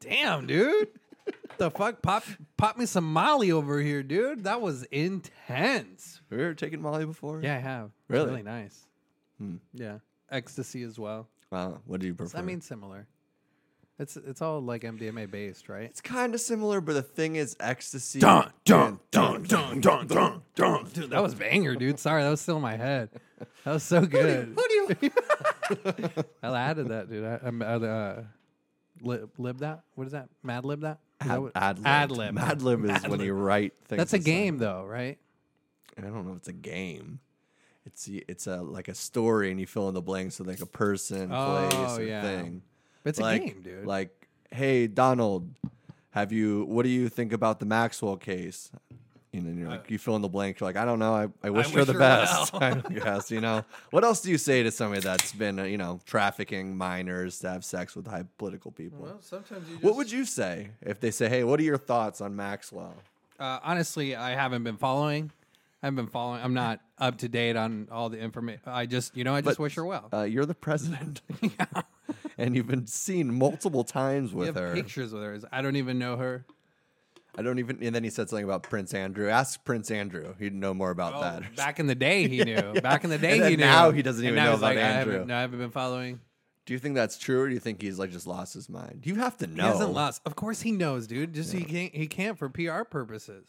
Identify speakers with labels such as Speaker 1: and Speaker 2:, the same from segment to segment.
Speaker 1: damn, dude. the fuck? Pop pop me some Molly over here, dude. That was intense.
Speaker 2: Have you ever taken Molly before?
Speaker 1: Yeah, I have. It's
Speaker 2: Really? Hmm.
Speaker 1: really nice. Yeah. Ecstasy as well.
Speaker 2: Wow. What do you prefer?
Speaker 1: I mean similar. It's it's all like MDMA based, right?
Speaker 2: it's kind of similar, but the thing is, ecstasy.
Speaker 1: dun dun dun dun. Dude, that was banger, dude. Sorry, that was still in my head. That was so good. I added that, dude. I, I, I uh, lib, lib that. What is that? Mad lib that? Is that
Speaker 2: Ad
Speaker 1: what-
Speaker 2: ad lib.
Speaker 1: Ad lib.
Speaker 2: Ad lib is when you write things.
Speaker 1: That's a
Speaker 2: aside.
Speaker 1: game, though, right?
Speaker 2: I don't know. if It's a game. It's y- it's a like a story, and you fill in the blanks with like a person, place,
Speaker 1: Oh,
Speaker 2: or
Speaker 1: yeah.
Speaker 2: thing.
Speaker 1: But it's
Speaker 2: like,
Speaker 1: a game, dude.
Speaker 2: Like, hey Donald, have you? What do you think about the Maxwell case? You know, and you're like, you fill in the blank. You're like, I don't know. I, I wish her
Speaker 1: Uh, wish
Speaker 2: the
Speaker 1: her
Speaker 2: best. I guess you know. What else do you say to somebody that's been uh, you know trafficking minors to have sex with high political people?
Speaker 1: sometimes you.
Speaker 2: what would you say if they say, hey, what are your thoughts on Maxwell?
Speaker 1: Uh, honestly, I haven't been following. I've been following. I'm not up to date on all the information. I just, you know, I just
Speaker 2: But,
Speaker 1: wish her well.
Speaker 2: Uh, you're the president. And you've been seen multiple times
Speaker 1: we have
Speaker 2: with her.
Speaker 1: pictures with her. I don't even know her.
Speaker 2: I don't even. And then he said something about Prince Andrew. Ask Prince Andrew. He'd know more about
Speaker 1: Oh,
Speaker 2: that.
Speaker 1: back in the day, he knew. Back in the day,
Speaker 2: And then
Speaker 1: he knew.
Speaker 2: now he doesn't even
Speaker 1: now
Speaker 2: know
Speaker 1: he's
Speaker 2: about
Speaker 1: like, I haven't-
Speaker 2: Andrew.
Speaker 1: No, I haven't been following.
Speaker 2: Do you think that's true, or do you think he's like just lost his mind? You have to know.
Speaker 1: He hasn't lost. Of course, he knows, dude. Just he can't. He can't for PR purposes.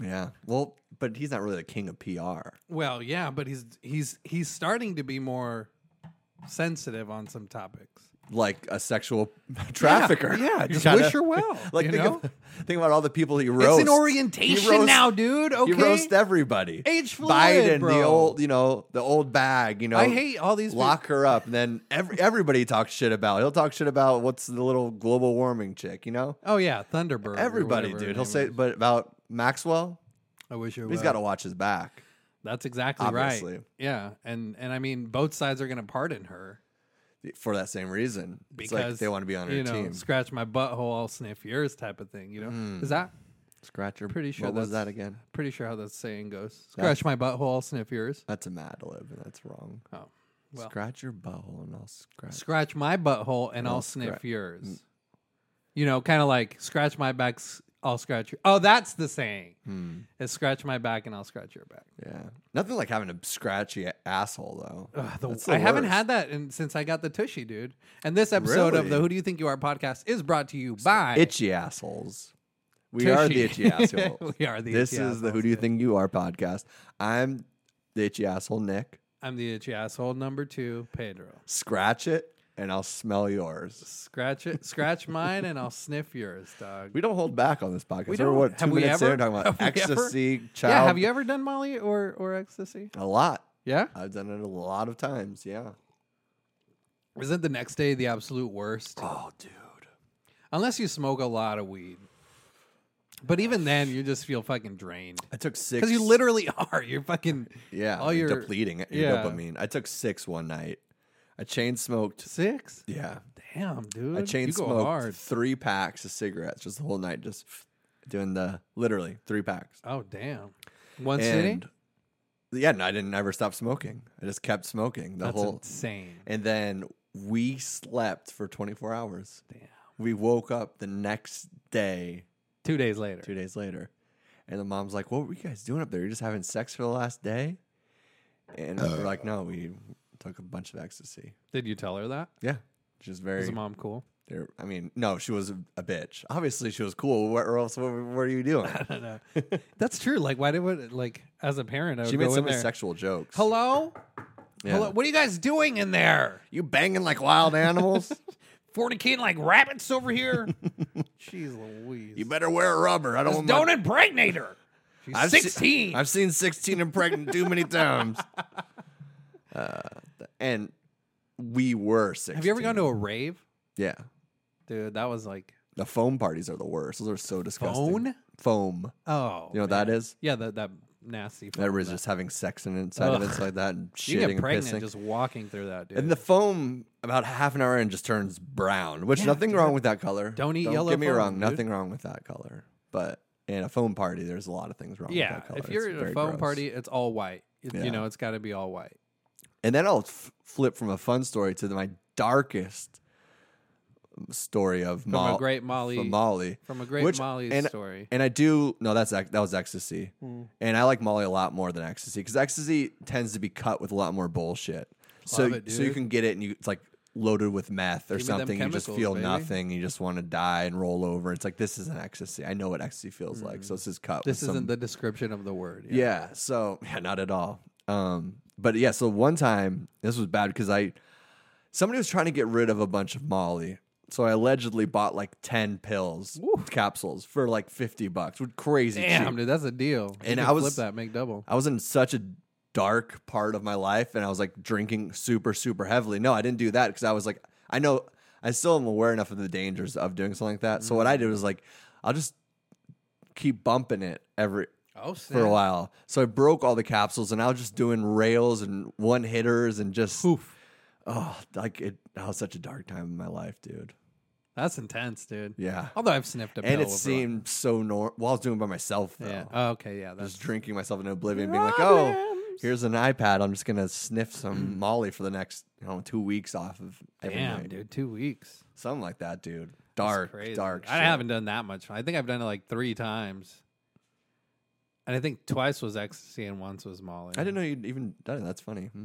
Speaker 2: Yeah. Well, but he's not really the king of PR.
Speaker 1: Well, yeah, but he's he's he's starting to be more sensitive on some topics.
Speaker 2: Like a sexual trafficker.
Speaker 1: yeah,
Speaker 2: You
Speaker 1: just
Speaker 2: gotta-
Speaker 1: wish her well,
Speaker 2: Like
Speaker 1: you
Speaker 2: think,
Speaker 1: know?
Speaker 2: of, think about all the people he roast.
Speaker 1: It's an orientation
Speaker 2: He roast-
Speaker 1: now, dude. Okay.
Speaker 2: You roast everybody.
Speaker 1: H. Floyd,
Speaker 2: Biden, the
Speaker 1: bro.
Speaker 2: old, you know, the old bag. You know,
Speaker 1: I hate all these
Speaker 2: Lock her up, and then every, everybody talks shit about. He'll talk shit about what's the little global warming chick. You know,
Speaker 1: Oh yeah, Thunderbird. or
Speaker 2: everybody,
Speaker 1: whatever her
Speaker 2: dude. He'll
Speaker 1: name
Speaker 2: say,
Speaker 1: is.
Speaker 2: but about Maxwell,
Speaker 1: I wish her.
Speaker 2: he's
Speaker 1: well.
Speaker 2: got to watch his back.
Speaker 1: That's exactly right.
Speaker 2: Obviously.
Speaker 1: Yeah, and and I mean, both sides are going to pardon her
Speaker 2: for that same reason. It's
Speaker 1: because
Speaker 2: like they want to be on
Speaker 1: you
Speaker 2: your
Speaker 1: know,
Speaker 2: team. Hmm.
Speaker 1: Scratch my butthole, I'll sniff yours, type of thing. You know, is that
Speaker 2: Scratch your.
Speaker 1: Pretty sure
Speaker 2: What was
Speaker 1: that's-
Speaker 2: that again?
Speaker 1: pretty sure how that saying goes? Scratch my butthole, I'll sniff yours.
Speaker 2: That's a Mad Lib, and that's wrong.
Speaker 1: Oh, well.
Speaker 2: Scratch your butthole, and I'll scratch.
Speaker 1: scratch my butthole and I'll,
Speaker 2: I'll
Speaker 1: sniff
Speaker 2: scra- mm.
Speaker 1: yours. You know, kind of like scratch my back, s- I'll scratch your. Oh, that's the saying.
Speaker 2: Hmm.
Speaker 1: Is scratch my back and I'll scratch your back.
Speaker 2: yeah, nothing like having a scratchy asshole though.
Speaker 1: Ugh, the-
Speaker 2: That's the
Speaker 1: I haven't
Speaker 2: worst.
Speaker 1: had that in, since I got the tushy, dude. And this episode of the
Speaker 2: Really?
Speaker 1: Who Do You Think You Are podcast is brought to you by
Speaker 2: itchy assholes. We are the
Speaker 1: Tushy.
Speaker 2: itchy assholes.
Speaker 1: We are the
Speaker 2: This
Speaker 1: itchy
Speaker 2: is the Who
Speaker 1: assholes,
Speaker 2: Do You Think You Are podcast. I'm the itchy asshole Nick.
Speaker 1: I'm the itchy asshole number two, Pedro.
Speaker 2: Scratch it, and I'll smell yours.
Speaker 1: Scratch it, scratch mine, and I'll sniff yours, dog.
Speaker 2: We don't hold back on this podcast.
Speaker 1: We
Speaker 2: We're
Speaker 1: don't.
Speaker 2: what two
Speaker 1: Have we
Speaker 2: minutes
Speaker 1: ever?
Speaker 2: in talking about
Speaker 1: Have we ever?
Speaker 2: ecstasy, child.
Speaker 1: yeah, have you ever done Molly or or ecstasy?
Speaker 2: a lot?
Speaker 1: Yeah,
Speaker 2: I've done it a lot of times. Yeah.
Speaker 1: isn't the next day the absolute worst?
Speaker 2: Oh, dude.
Speaker 1: Unless you smoke a lot of weed, but even then you just feel fucking drained
Speaker 2: I took six.
Speaker 1: because you literally are. You're fucking
Speaker 2: yeah,
Speaker 1: all
Speaker 2: you're
Speaker 1: your
Speaker 2: depleting it- your
Speaker 1: yeah.
Speaker 2: dopamine. I took six one night. I chain smoked.
Speaker 1: six.
Speaker 2: Yeah,
Speaker 1: Damn, dude,
Speaker 2: I chain
Speaker 1: you go
Speaker 2: smoked
Speaker 1: hard.
Speaker 2: three packs of cigarettes just the whole night, just doing the literally three packs.
Speaker 1: Oh damn, one sitting.
Speaker 2: and yeah, and I didn't ever stop smoking. I just kept smoking the
Speaker 1: That's
Speaker 2: whole.
Speaker 1: insane.
Speaker 2: And then we slept for 24 hours.
Speaker 1: Damn.
Speaker 2: We woke up the next day,
Speaker 1: Two days later,
Speaker 2: two days later, and the mom's like, "What were you guys doing up there? You're just having sex for the last day?" And we're like, "No, we took a bunch of ecstasy."
Speaker 1: did you tell her that?
Speaker 2: Yeah, just
Speaker 1: Was
Speaker 2: very.
Speaker 1: the mom cool?
Speaker 2: they're- I mean, no, she was a, a bitch. Obviously, she was cool. What or else? What, what are you doing?
Speaker 1: That's true. Like, why did would like as a parent? I would
Speaker 2: She made
Speaker 1: go
Speaker 2: so
Speaker 1: in
Speaker 2: many
Speaker 1: there.
Speaker 2: sexual jokes.
Speaker 1: Hello,
Speaker 2: Yeah.
Speaker 1: hello. What are you guys doing in there?
Speaker 2: You banging like wild animals?
Speaker 1: Fornicating like rabbits over here. Jeez Louise!
Speaker 2: you better wear rubber. I don't want my
Speaker 1: Don't impregnate her. She's
Speaker 2: se-
Speaker 1: sixteen.
Speaker 2: I've seen 16 and pregnant too many times. Uh, th- and we were 16.
Speaker 1: Have you ever gone to a rave,
Speaker 2: Yeah.
Speaker 1: dude? That was like
Speaker 2: The foam parties are the worst. Those are so disgusting.
Speaker 1: Phone?
Speaker 2: Foam.
Speaker 1: oh,
Speaker 2: You know what that is?
Speaker 1: yeah, that that nasty. phone,
Speaker 2: Everybody's
Speaker 1: that-
Speaker 2: just having sex in inside of
Speaker 1: Ugh.
Speaker 2: it it's like that and
Speaker 1: you
Speaker 2: shitting
Speaker 1: get
Speaker 2: and pissing.
Speaker 1: pregnant just walking through that, dude.
Speaker 2: and the foam about half an hour in just turns brown, which
Speaker 1: Yeah,
Speaker 2: nothing
Speaker 1: dude.
Speaker 2: wrong with that color.
Speaker 1: Don't eat
Speaker 2: Don't
Speaker 1: yellow
Speaker 2: Get me
Speaker 1: foam,
Speaker 2: wrong,
Speaker 1: dude.
Speaker 2: nothing wrong with that color. But in a foam party, there's a lot of things wrong
Speaker 1: yeah,
Speaker 2: with that color.
Speaker 1: if you're
Speaker 2: It's
Speaker 1: at a
Speaker 2: very
Speaker 1: phone
Speaker 2: gross.
Speaker 1: party, it's all white. It-
Speaker 2: Yeah.
Speaker 1: You know, it's got to be all white.
Speaker 2: And then I'll f- flip from a fun story to my darkest story of
Speaker 1: From
Speaker 2: Mo-
Speaker 1: a great Molly.
Speaker 2: from Molly.
Speaker 1: from a great
Speaker 2: which-
Speaker 1: Molly
Speaker 2: and-
Speaker 1: story.
Speaker 2: And I do no, that's ec- that was ecstasy,
Speaker 1: Hmm.
Speaker 2: and I like Molly a lot more than ecstasy because ecstasy tends to be cut with a lot more bullshit. so
Speaker 1: Love it,
Speaker 2: so you
Speaker 1: dude.
Speaker 2: can get it and you it's like loaded with meth or
Speaker 1: Give me them
Speaker 2: something. You just
Speaker 1: chemicals,
Speaker 2: feel
Speaker 1: baby.
Speaker 2: nothing. You just want to die and roll over. It's like this is an ecstasy. I know what ecstasy feels like.
Speaker 1: Hmm.
Speaker 2: So this is cut.
Speaker 1: this
Speaker 2: with
Speaker 1: isn't
Speaker 2: some,
Speaker 1: the description of the word.
Speaker 2: yeah. So yeah, not at all. Um, but yeah. So one time this was bad because I somebody was trying to get rid of a bunch of Molly. So I allegedly bought like ten pills, capsules for like fifty bucks, which crazy cheap.
Speaker 1: Damn, dude, that's a deal. You can
Speaker 2: And I was-
Speaker 1: flip that, make double.
Speaker 2: I was in such a dark part of my life and I was like drinking super, super heavily. No, I didn't do that because I was like, I know I still am aware enough of the dangers of doing something like that. So what I did was like, I'll just keep bumping it every
Speaker 1: Oh,
Speaker 2: for a while. So I broke all the capsules and I was just doing rails and one hitters and just oh like it that was such a dark time in my life, dude.
Speaker 1: That's intense, dude.
Speaker 2: Yeah.
Speaker 1: Although I've sniffed a pill.
Speaker 2: and it
Speaker 1: over-
Speaker 2: seemed so normal. Well, I was doing it by myself though.
Speaker 1: Yeah. Oh, okay. Yeah. That's
Speaker 2: just drinking myself into oblivion, being like, "Oh, here's an iPad. I'm just gonna sniff some Molly for the next, you know, two weeks off of every
Speaker 1: Mm. damn,
Speaker 2: night.
Speaker 1: dude. Two weeks.
Speaker 2: something like that, dude.
Speaker 1: That's
Speaker 2: Dark,
Speaker 1: crazy.
Speaker 2: dark.
Speaker 1: I
Speaker 2: shit.
Speaker 1: haven't done that much. I think I've done it like three times. And I think twice was ecstasy and once was Molly.
Speaker 2: I didn't know you'd even done it. That's funny. Hmm.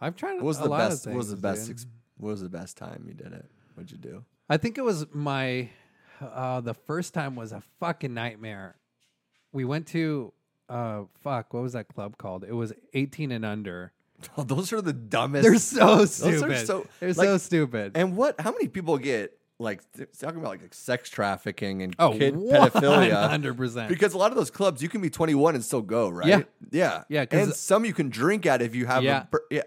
Speaker 1: I've tried.
Speaker 2: What was
Speaker 1: a
Speaker 2: the
Speaker 1: lot of
Speaker 2: best? What was the
Speaker 1: things,
Speaker 2: best?
Speaker 1: dude.
Speaker 2: Ex- what was the best time you did it? What'd you do?
Speaker 1: I think it was my uh the first time was a fucking nightmare. We went to uh fuck, what was that club called? It was 18 and under.
Speaker 2: Oh, those are the dumbest.
Speaker 1: They're so
Speaker 2: are
Speaker 1: stupid.
Speaker 2: so-
Speaker 1: They're
Speaker 2: like-
Speaker 1: so stupid.
Speaker 2: and what? How many people get like th- talking about like sex trafficking and
Speaker 1: Oh,
Speaker 2: kid pedophilia?
Speaker 1: 100%.
Speaker 2: Because a lot of those clubs, you can be 21 and still go, right?
Speaker 1: Yeah.
Speaker 2: yeah,
Speaker 1: Yeah, 'cause-
Speaker 2: And some you can drink at if you have.
Speaker 1: Yeah.
Speaker 2: a per- yeah.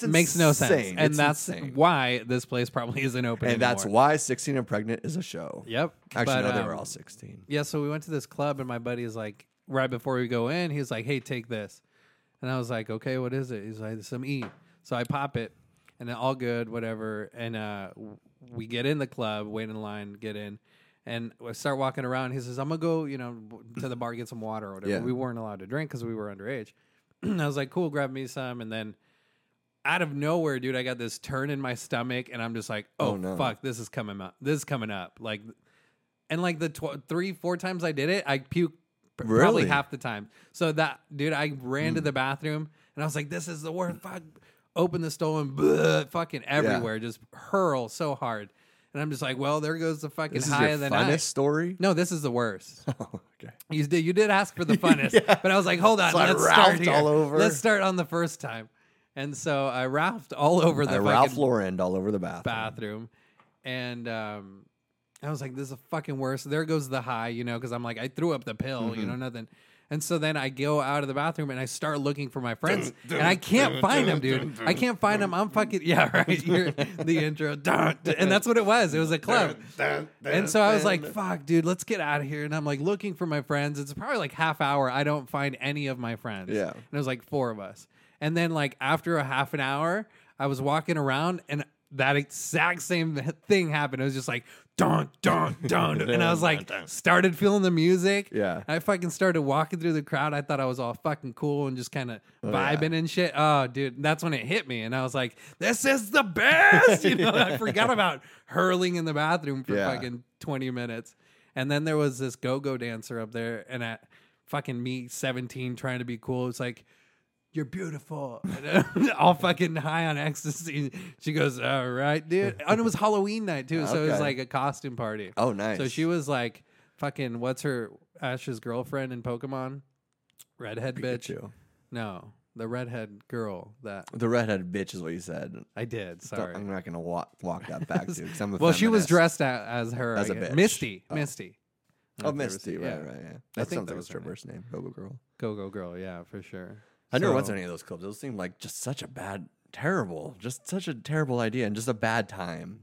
Speaker 2: It's
Speaker 1: makes no sense.
Speaker 2: insane.
Speaker 1: And
Speaker 2: It's
Speaker 1: that's
Speaker 2: insane.
Speaker 1: why this place probably isn't open
Speaker 2: and that's
Speaker 1: anymore.
Speaker 2: why 16 and pregnant is a show.
Speaker 1: Yep.
Speaker 2: Actually,
Speaker 1: But,
Speaker 2: no, they were
Speaker 1: um,
Speaker 2: all 16.
Speaker 1: Yeah, so we went to this club, and my buddy is like, right before we go in, he's like, "Hey, take this," and I was like, "Okay, what is it?" He's like, "Some E." So I pop it, and then all good, whatever. And uh, w- we get in the club, wait in line, get in, and I start walking around. He says, "I'm gonna go, you know, w- to the bar get some water or whatever."
Speaker 2: Yeah.
Speaker 1: We weren't allowed to drink because we were underage. I was like, "Cool, grab me some," and then. Out of nowhere, dude, I got this turn in my stomach, and I'm just like, "Oh,
Speaker 2: Oh, no.
Speaker 1: fuck, this is coming up. This is coming up." Like, and like the tw- three, four times I did it, I puked pr-
Speaker 2: Really? Hmm.
Speaker 1: probably half the time. So that dude, I ran to the bathroom and I was like, "This is the worst." Fuck. Open the stolen, bleh, fucking everywhere, just hurl so hard. And I'm just like, "Well, there goes the fucking
Speaker 2: This is
Speaker 1: high
Speaker 2: your
Speaker 1: of the
Speaker 2: funnest
Speaker 1: night."
Speaker 2: story.
Speaker 1: No, this is the worst.
Speaker 2: Oh, okay.
Speaker 1: You did you did ask for the funnest, but I was like, hold on,
Speaker 2: So I
Speaker 1: let's start
Speaker 2: Ralphed
Speaker 1: here.
Speaker 2: all over.
Speaker 1: Let's start on the first time. And so I ralphed all over the
Speaker 2: I
Speaker 1: fucking
Speaker 2: Uh, Ralph Lauren all over the bathroom.
Speaker 1: bathroom, and um, I was like, "This is the fucking worst." There goes the high, you know, because I'm like, I threw up the pill, you know, nothing. And so then I go out of the bathroom and I start looking for my friends, and I can't find them, dude. I can't find them. I'm fucking yeah, right. You're the intro, Dun, dun. and that's what it was. It was a club. And so I was like, "Fuck, dude, let's get out of here." And I'm like looking for my friends. It's probably like half hour. I don't find any of my friends.
Speaker 2: Yeah.
Speaker 1: and it was like four of us. And then like after a half an hour, I was walking around and that exact same thing happened. It was just like dun dun dun, and I was like started feeling the music.
Speaker 2: Yeah.
Speaker 1: I fucking started walking through the crowd. I thought I was all fucking cool and just kind of vibing and shit. Oh, dude, that's when it hit me, and I was like, "This is the best!" You know, I forgot about hurling in the bathroom for
Speaker 2: Yeah.
Speaker 1: fucking twenty minutes, and then there was this go-go dancer up there, and I fucking me, seventeen, trying to be cool. It's like. You're beautiful. And I'm all fucking high on ecstasy. She goes, All right, dude. And it was Halloween night, too. So it was
Speaker 2: Okay.
Speaker 1: like a costume party.
Speaker 2: Oh, nice.
Speaker 1: So she was like, fucking, what's her Ash's girlfriend in Pokemon? Redhead bitch.
Speaker 2: Pikachu.
Speaker 1: No, the redhead girl that
Speaker 2: The redheaded bitch is what you said.
Speaker 1: I did.
Speaker 2: Don't-
Speaker 1: Sorry.
Speaker 2: I'm not gonna walk walk that back, dude. 'cause I'm a
Speaker 1: Well, she was
Speaker 2: feminist.
Speaker 1: dressed a- as her
Speaker 2: As
Speaker 1: I
Speaker 2: a
Speaker 1: guess.
Speaker 2: bitch.
Speaker 1: Misty.
Speaker 2: Oh.
Speaker 1: Misty. I
Speaker 2: Oh,
Speaker 1: don't know if
Speaker 2: Misty,
Speaker 1: you ever
Speaker 2: right,
Speaker 1: seen-
Speaker 2: right,
Speaker 1: I
Speaker 2: yeah. That
Speaker 1: think
Speaker 2: sounds
Speaker 1: that
Speaker 2: like
Speaker 1: was
Speaker 2: it's
Speaker 1: her
Speaker 2: her
Speaker 1: name.
Speaker 2: first name, Go-Go Girl.
Speaker 1: Go go girl. Yeah, for sure.
Speaker 2: I never went
Speaker 1: So-
Speaker 2: to any of those clubs. Those seemed like just such a bad, terrible, just such a terrible idea and just a bad time.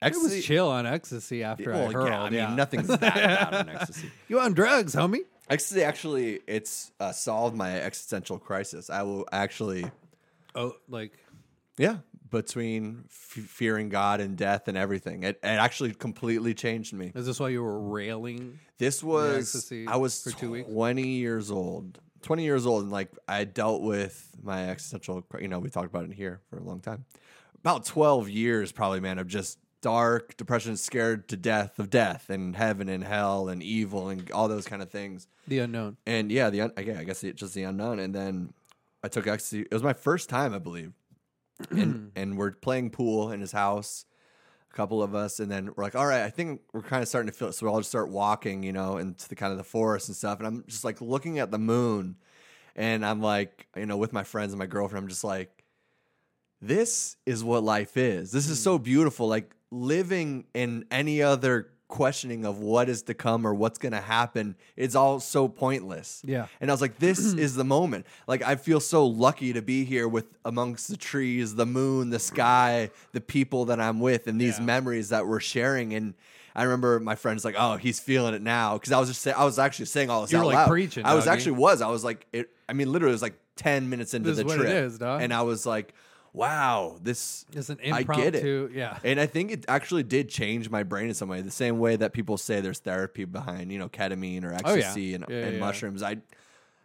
Speaker 1: It was chill on ecstasy after I
Speaker 2: well,
Speaker 1: hurled.
Speaker 2: yeah, I mean,
Speaker 1: yeah.
Speaker 2: nothing's that bad on ecstasy.
Speaker 1: You on drugs, homie?
Speaker 2: Ecstasy actually, it's uh, solved my existential crisis. I will actually,
Speaker 1: Oh, like
Speaker 2: yeah, between f- fearing God and death and everything, it, it actually completely changed me.
Speaker 1: is this why you were railing?
Speaker 2: This was
Speaker 1: ecstasy
Speaker 2: I was
Speaker 1: for two weeks?
Speaker 2: twenty years old. Twenty years old, and like I dealt with my existential. cri- You know, we talked about it here for a long time. about 12 years probably man of just dark depression scared to death of death and heaven and hell and evil and all those kind of things
Speaker 1: The unknown.
Speaker 2: and yeah, the un- okay, I guess it, just the unknown. And then I took ecstasy. It was my first time, I believe. and and we're playing pool in his house, a couple of us, and then we're like, all right, I think we're kind of starting to feel it. So we all just start walking, you know, into the kind of the forest and stuff. And I'm just like looking at the moon, and I'm like, you know, with my friends and my girlfriend, I'm just like, this is what life is. This is so beautiful. Like living in any other questioning of what is to come or what's going to happen, it's all so pointless.
Speaker 1: Yeah.
Speaker 2: And I was like, this is the moment. Like, I feel so lucky to be here with amongst the trees, the moon, the sky, the people that I'm with, and these memories that we're sharing. And I remember my friend's like, oh, he's feeling it now. Cause I was just saying, I was actually saying all this
Speaker 1: You were,
Speaker 2: out
Speaker 1: like,
Speaker 2: loud.
Speaker 1: preaching,
Speaker 2: I was
Speaker 1: doggy.
Speaker 2: actually was. I was like, it, I mean, literally, it was like 10 minutes into
Speaker 1: This
Speaker 2: the
Speaker 1: is what it
Speaker 2: trip.
Speaker 1: is, dog.
Speaker 2: And I was like, wow, this
Speaker 1: It's an
Speaker 2: I get it.
Speaker 1: impromptu. Yeah.
Speaker 2: And I think it actually did change my brain in some way. The same way that people say there's therapy behind, you know, ketamine or
Speaker 1: Oh, yeah.
Speaker 2: ecstasy and,
Speaker 1: Yeah,
Speaker 2: and
Speaker 1: yeah, yeah.
Speaker 2: mushrooms. I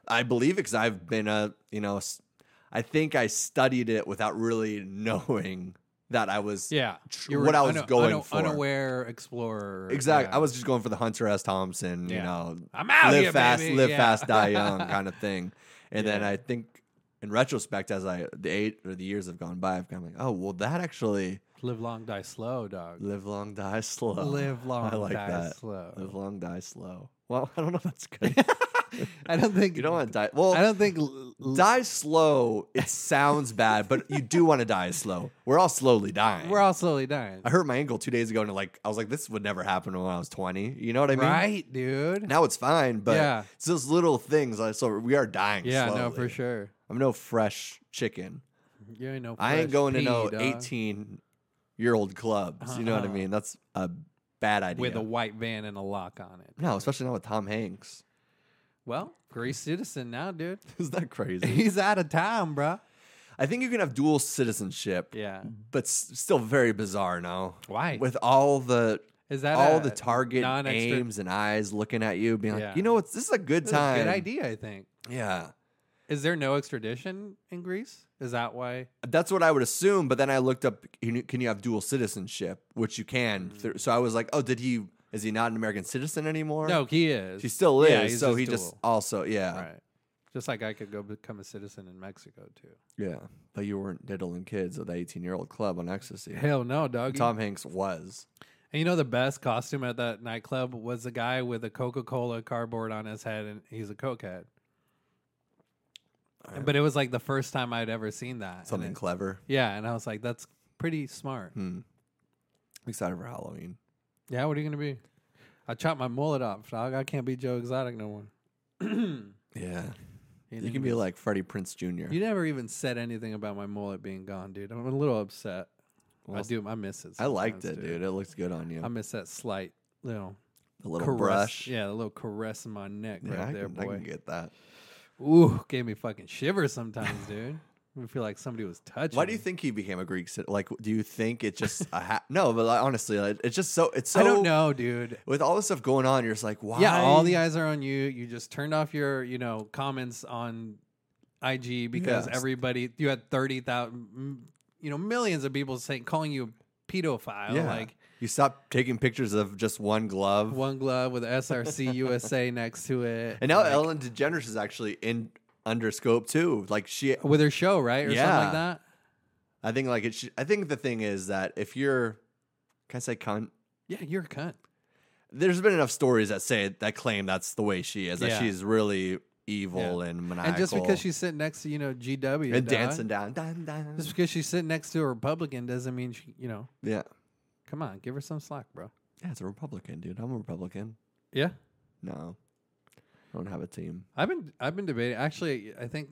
Speaker 2: I believe it because I've been a, you know, s- I think I studied it without really knowing that I was,
Speaker 1: Yeah.
Speaker 2: tr- what I was going for.
Speaker 1: Unaware explorer.
Speaker 2: Exactly.
Speaker 1: Yeah.
Speaker 2: I was just going for the Hunter S. Thompson, you
Speaker 1: Yeah.
Speaker 2: know,
Speaker 1: I'm out
Speaker 2: live
Speaker 1: here,
Speaker 2: fast,
Speaker 1: baby.
Speaker 2: live
Speaker 1: Yeah.
Speaker 2: fast, die young kind of thing. And then I think in retrospect, as I the eight or the years have gone by, I've kind of like, oh well, that actually
Speaker 1: Live long, die slow, dog.
Speaker 2: live long, die slow.
Speaker 1: Live long,
Speaker 2: I like
Speaker 1: die
Speaker 2: that.
Speaker 1: slow.
Speaker 2: Live long, die slow. Well, I don't know if that's good.
Speaker 1: I don't think
Speaker 2: you don't want to die. Well,
Speaker 1: I don't think l- l-
Speaker 2: die slow. It sounds bad, but you do want to die slow. We're all slowly dying.
Speaker 1: we're all slowly dying.
Speaker 2: I hurt my ankle two days ago, and like I was like, this would never happen when I was twenty. You know what I mean?
Speaker 1: right, dude.
Speaker 2: Now it's fine, but
Speaker 1: Yeah.
Speaker 2: it's those little things. Like, so we are dying.
Speaker 1: yeah, no,
Speaker 2: slowly.
Speaker 1: for sure.
Speaker 2: I'm no fresh chicken.
Speaker 1: You ain't no.
Speaker 2: I ain't
Speaker 1: fresh
Speaker 2: going
Speaker 1: pea,
Speaker 2: to no
Speaker 1: dog,
Speaker 2: 18 year old clubs. You know what I
Speaker 1: Uh-uh.
Speaker 2: mean? That's a bad idea.
Speaker 1: with a white van and a lock on it.
Speaker 2: no, especially not with Tom Hanks.
Speaker 1: Well, Greece citizen now, dude.
Speaker 2: Is that crazy?
Speaker 1: He's out of time, bruh.
Speaker 2: I think you can have dual citizenship,
Speaker 1: Yeah.
Speaker 2: but s- still very bizarre. No,
Speaker 1: Why?
Speaker 2: with all the
Speaker 1: Is that
Speaker 2: all
Speaker 1: a
Speaker 2: the target
Speaker 1: non-extra-
Speaker 2: aims and eyes looking at you, being
Speaker 1: Yeah.
Speaker 2: like, you know, it's this is a good
Speaker 1: That's a
Speaker 2: time.
Speaker 1: Good idea, I think.
Speaker 2: Yeah.
Speaker 1: Is there no extradition in Greece? Is that why?
Speaker 2: That's what I would assume, but then I looked up can you, can you have dual citizenship, which you can.
Speaker 1: Mm.
Speaker 2: through- So I was like, oh, did he is he not an American citizen anymore?
Speaker 1: No, he is.
Speaker 2: he still is.
Speaker 1: Yeah, he's
Speaker 2: so
Speaker 1: just
Speaker 2: he just uh,
Speaker 1: dual.
Speaker 2: also yeah
Speaker 1: right. Just like I could go become a citizen in Mexico too.
Speaker 2: yeah. But you weren't diddling kids at the eighteen year old club on ecstasy.
Speaker 1: Hell no, dog.
Speaker 2: Tom Hanks was.
Speaker 1: And you know the best costume at that nightclub was the guy with a Coca Cola cardboard on his head, and he's a cokehead.
Speaker 2: All right.
Speaker 1: But it was like the first time I'd ever seen that. and
Speaker 2: Something
Speaker 1: it-
Speaker 2: clever.
Speaker 1: yeah, and I was like, that's pretty smart.
Speaker 2: Hmm. I'm excited for Halloween.
Speaker 1: Yeah, what are you gonna be? I chopped my mullet off, dog. I can't be Joe Exotic no more.
Speaker 2: Yeah. You
Speaker 1: didn't
Speaker 2: can be like Freddie Prince Jr.
Speaker 1: You never even said anything about my mullet being gone, dude. I'm a little upset. I
Speaker 2: Well,
Speaker 1: do. I miss it.
Speaker 2: I liked
Speaker 1: sometimes,
Speaker 2: it, dude. It looks good on you.
Speaker 1: I miss that slight little,
Speaker 2: the little
Speaker 1: caress.
Speaker 2: brush.
Speaker 1: Yeah, the little caress in my neck
Speaker 2: Yeah,
Speaker 1: right
Speaker 2: I,
Speaker 1: there,
Speaker 2: can, I
Speaker 1: boy.
Speaker 2: can get that.
Speaker 1: Ooh, gave me fucking shivers sometimes, dude. I feel like somebody was touching.
Speaker 2: Why do you
Speaker 1: me.
Speaker 2: think he became a Greek citizen? Like, do you think it's just a ha- no? But like, honestly, like, it's just so it's so.
Speaker 1: I don't know, dude.
Speaker 2: With all this stuff going on, you're just like, why?
Speaker 1: Yeah, all the eyes are on you. You just turned off your, you know, comments on IG because
Speaker 2: Yes.
Speaker 1: everybody you had thirty thousand, you know, millions of people saying calling you a pedophile.
Speaker 2: Yeah.
Speaker 1: Like
Speaker 2: you stop taking pictures of just one glove,
Speaker 1: one glove with SRC USA next to it,
Speaker 2: and now Ellen DeGeneres is actually in under scope too. Like she,
Speaker 1: with her show, right, or something
Speaker 2: Yeah.
Speaker 1: like that.
Speaker 2: I think like it. Should, I think the thing is that if you're, can I say cunt?
Speaker 1: Yeah, you're a cunt.
Speaker 2: There's been enough stories that say that claim that's the way she is. That
Speaker 1: Yeah.
Speaker 2: she's really evil and maniacal,
Speaker 1: And just because she's sitting next to you know GW dog,
Speaker 2: and dancing down, dun, dun.
Speaker 1: just because she's sitting next to a Republican doesn't mean she, you know.
Speaker 2: yeah,
Speaker 1: Come on, give her some slack, bro.
Speaker 2: yeah, it's a Republican, dude. I'm a Republican.
Speaker 1: Yeah,
Speaker 2: No, I don't have a team.
Speaker 1: I've been I've been debating. Actually, I think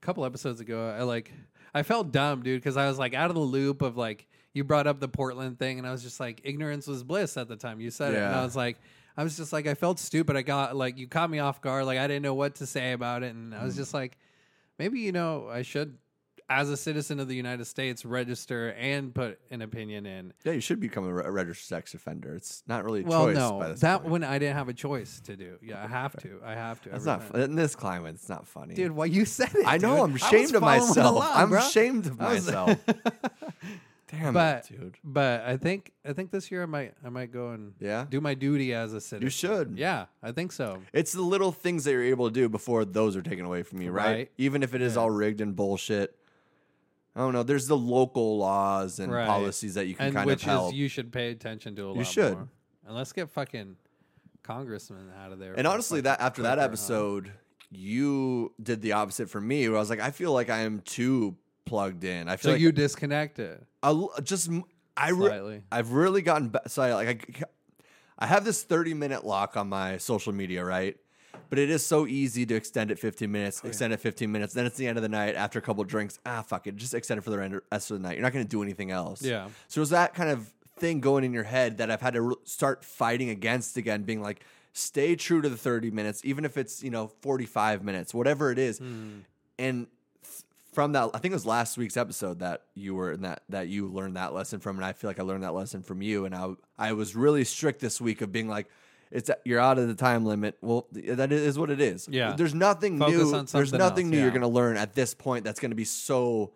Speaker 1: a couple episodes ago, I like I felt dumb, dude, because I was like out of the loop of like you brought up the Portland thing, and I was just like ignorance was bliss at the time you said it, and
Speaker 2: Yeah.
Speaker 1: I was like I was just like I felt stupid. I got like you caught me off guard, like I didn't know what to say about it, and I was just like maybe you know I should. As a citizen of the United States, register and put an opinion in.
Speaker 2: Yeah, you should become a, re- a registered sex offender. It's not really a
Speaker 1: Well,
Speaker 2: choice. by
Speaker 1: no,
Speaker 2: this
Speaker 1: that
Speaker 2: point.
Speaker 1: one I didn't have a choice to do. Yeah, I have to. I have to. every
Speaker 2: That's not
Speaker 1: time.
Speaker 2: fu- in this climate. It's not funny,
Speaker 1: dude. Why you said it?
Speaker 2: I
Speaker 1: dude.
Speaker 2: know. I'm
Speaker 1: I was
Speaker 2: ashamed of
Speaker 1: following
Speaker 2: myself.
Speaker 1: along,
Speaker 2: I'm
Speaker 1: bruh.
Speaker 2: ashamed of
Speaker 1: I was-
Speaker 2: myself. Damn
Speaker 1: But
Speaker 2: it, dude.
Speaker 1: but I think I think this year I might I might go and
Speaker 2: Yeah?
Speaker 1: do my duty as a citizen.
Speaker 2: You should.
Speaker 1: Yeah, I think so.
Speaker 2: It's the little things that you're able to do before those are taken away from you, right?
Speaker 1: Right.
Speaker 2: Even if it is all rigged and bullshit. I don't know. There's the local laws and
Speaker 1: Right.
Speaker 2: policies that you can
Speaker 1: and
Speaker 2: kind
Speaker 1: which
Speaker 2: of help.
Speaker 1: is you should pay attention to a lot.
Speaker 2: should.
Speaker 1: more. and let's get fucking congressmen out of there.
Speaker 2: and
Speaker 1: for
Speaker 2: honestly,
Speaker 1: fucking
Speaker 2: that after that
Speaker 1: quicker, huh?
Speaker 2: episode, you did the opposite for me. Where I was like, I feel like I am too plugged in. I
Speaker 1: so
Speaker 2: feel like
Speaker 1: you disconnect it
Speaker 2: a l- just m- I re-
Speaker 1: slightly.
Speaker 2: I've really gotten be- sorry. Like I, c- I have this thirty minute lock on my social media, right? But it is so easy to extend it fifteen
Speaker 1: Oh,
Speaker 2: minutes, extend it fifteen minutes. Then it's the end of the night after a couple drinks. Ah, fuck it, just extend it for the rend- rest of the night. You're not going to do anything else.
Speaker 1: Yeah.
Speaker 2: So it's that kind of thing going in your head that I've had to re- start fighting against again, being like, stay true to the thirty minutes, even if it's you know forty five minutes, whatever it is.
Speaker 1: Hmm.
Speaker 2: And th- from that, I think it was last week's episode that you were in that that you learned that lesson from, and I feel like I learned that lesson from you. And I I was really strict this week of being like, it's you're out of the time limit. Well, th- that is what it is.
Speaker 1: Yeah.
Speaker 2: there's nothing
Speaker 1: Focus
Speaker 2: new.
Speaker 1: on
Speaker 2: there's
Speaker 1: something
Speaker 2: nothing
Speaker 1: else,
Speaker 2: new you're
Speaker 1: yeah.
Speaker 2: gonna learn at this point that's gonna be so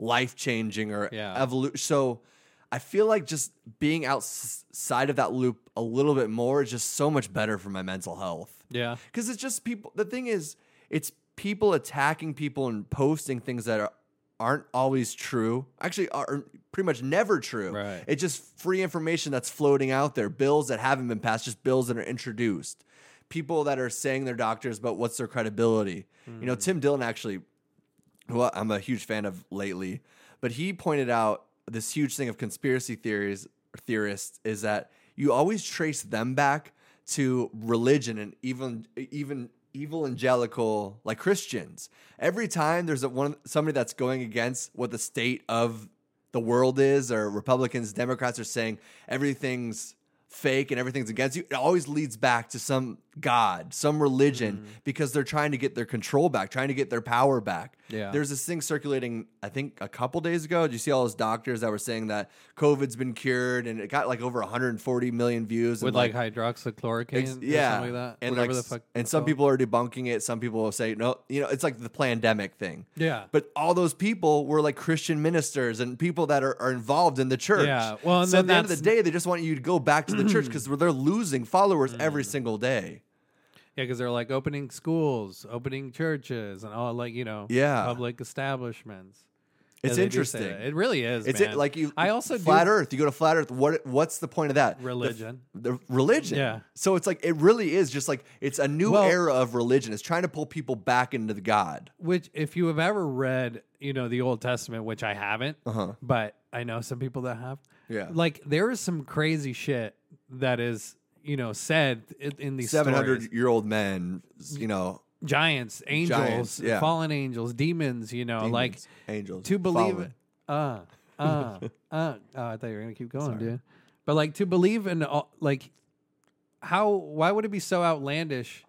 Speaker 2: life changing or
Speaker 1: Yeah.
Speaker 2: evolution. So. I feel like just being outside of that loop a little bit more is just so much better for my mental health
Speaker 1: Yeah,
Speaker 2: because it's just people the thing is it's people attacking people and posting things that are, aren't always true actually are pretty much never true
Speaker 1: Right.
Speaker 2: it's just free information that's floating out there bills that haven't been passed just bills that are introduced people that are saying they're doctors but what's their credibility you
Speaker 1: Hmm.
Speaker 2: know tim dillon actually who I- i'm a huge fan of lately but he pointed out this huge thing of conspiracy theories theorists is that you always trace them back to religion and even even evangelical like Christians. Every time there's a one somebody that's going against what the state of the world is or Republicans, Democrats are saying everything's fake and everything's against you. It always leads back to some god, some religion because they're trying to get their control back, trying to get their power back.
Speaker 1: Yeah.
Speaker 2: There's this thing circulating, I think a couple days ago. Did you see all those doctors that were saying that COVID's been cured and it got like over 140 million views
Speaker 1: with
Speaker 2: and
Speaker 1: like, hydroxychloroquine,
Speaker 2: Ex-
Speaker 1: or
Speaker 2: yeah,
Speaker 1: something like that.
Speaker 2: and
Speaker 1: Whatever
Speaker 2: like,
Speaker 1: the
Speaker 2: s-
Speaker 1: fuck.
Speaker 2: and
Speaker 1: it's
Speaker 2: some
Speaker 1: called.
Speaker 2: people are debunking it. Some people will say no, you know, it's like the pandemic thing.
Speaker 1: Yeah.
Speaker 2: but all those people were like Christian ministers and people that are, are involved in the church.
Speaker 1: Yeah, well, and
Speaker 2: so
Speaker 1: then
Speaker 2: at the end of the
Speaker 1: that's-
Speaker 2: day, they just want you to go back to the church because they're losing followers
Speaker 1: Mm.
Speaker 2: every single day.
Speaker 1: Yeah, because they're like opening schools, opening churches, and all like you know,
Speaker 2: Yeah.
Speaker 1: public establments. Yeah,
Speaker 2: It's
Speaker 1: they do say
Speaker 2: interesting.
Speaker 1: that. It really is.
Speaker 2: It's
Speaker 1: man.
Speaker 2: it, like you.
Speaker 1: I also
Speaker 2: flat
Speaker 1: do,
Speaker 2: Earth. You go to flat Earth. What? What's the point of that? The f-
Speaker 1: Religion.
Speaker 2: The, religion.
Speaker 1: Yeah.
Speaker 2: So it's like it really is just like it's a new
Speaker 1: Well-
Speaker 2: era of religion. It's trying to pull people back into the God.
Speaker 1: which if you have ever read, you know, the Old Testament, which I haven't,
Speaker 2: Uh-huh.
Speaker 1: but I know some people that have.
Speaker 2: Yeah.
Speaker 1: Like there is some crazy shit that is, you know, said in, in these
Speaker 2: Seven
Speaker 1: stories.
Speaker 2: hundred year old men. You know.
Speaker 1: giants, angels,
Speaker 2: Giants, yeah.
Speaker 1: fallen angels, demons, you know, like
Speaker 2: demons, angels
Speaker 1: to believe
Speaker 2: following.
Speaker 1: uh uh uh oh, i thought you were gonna keep going dude but like to believe in all like how why would it be so outlandish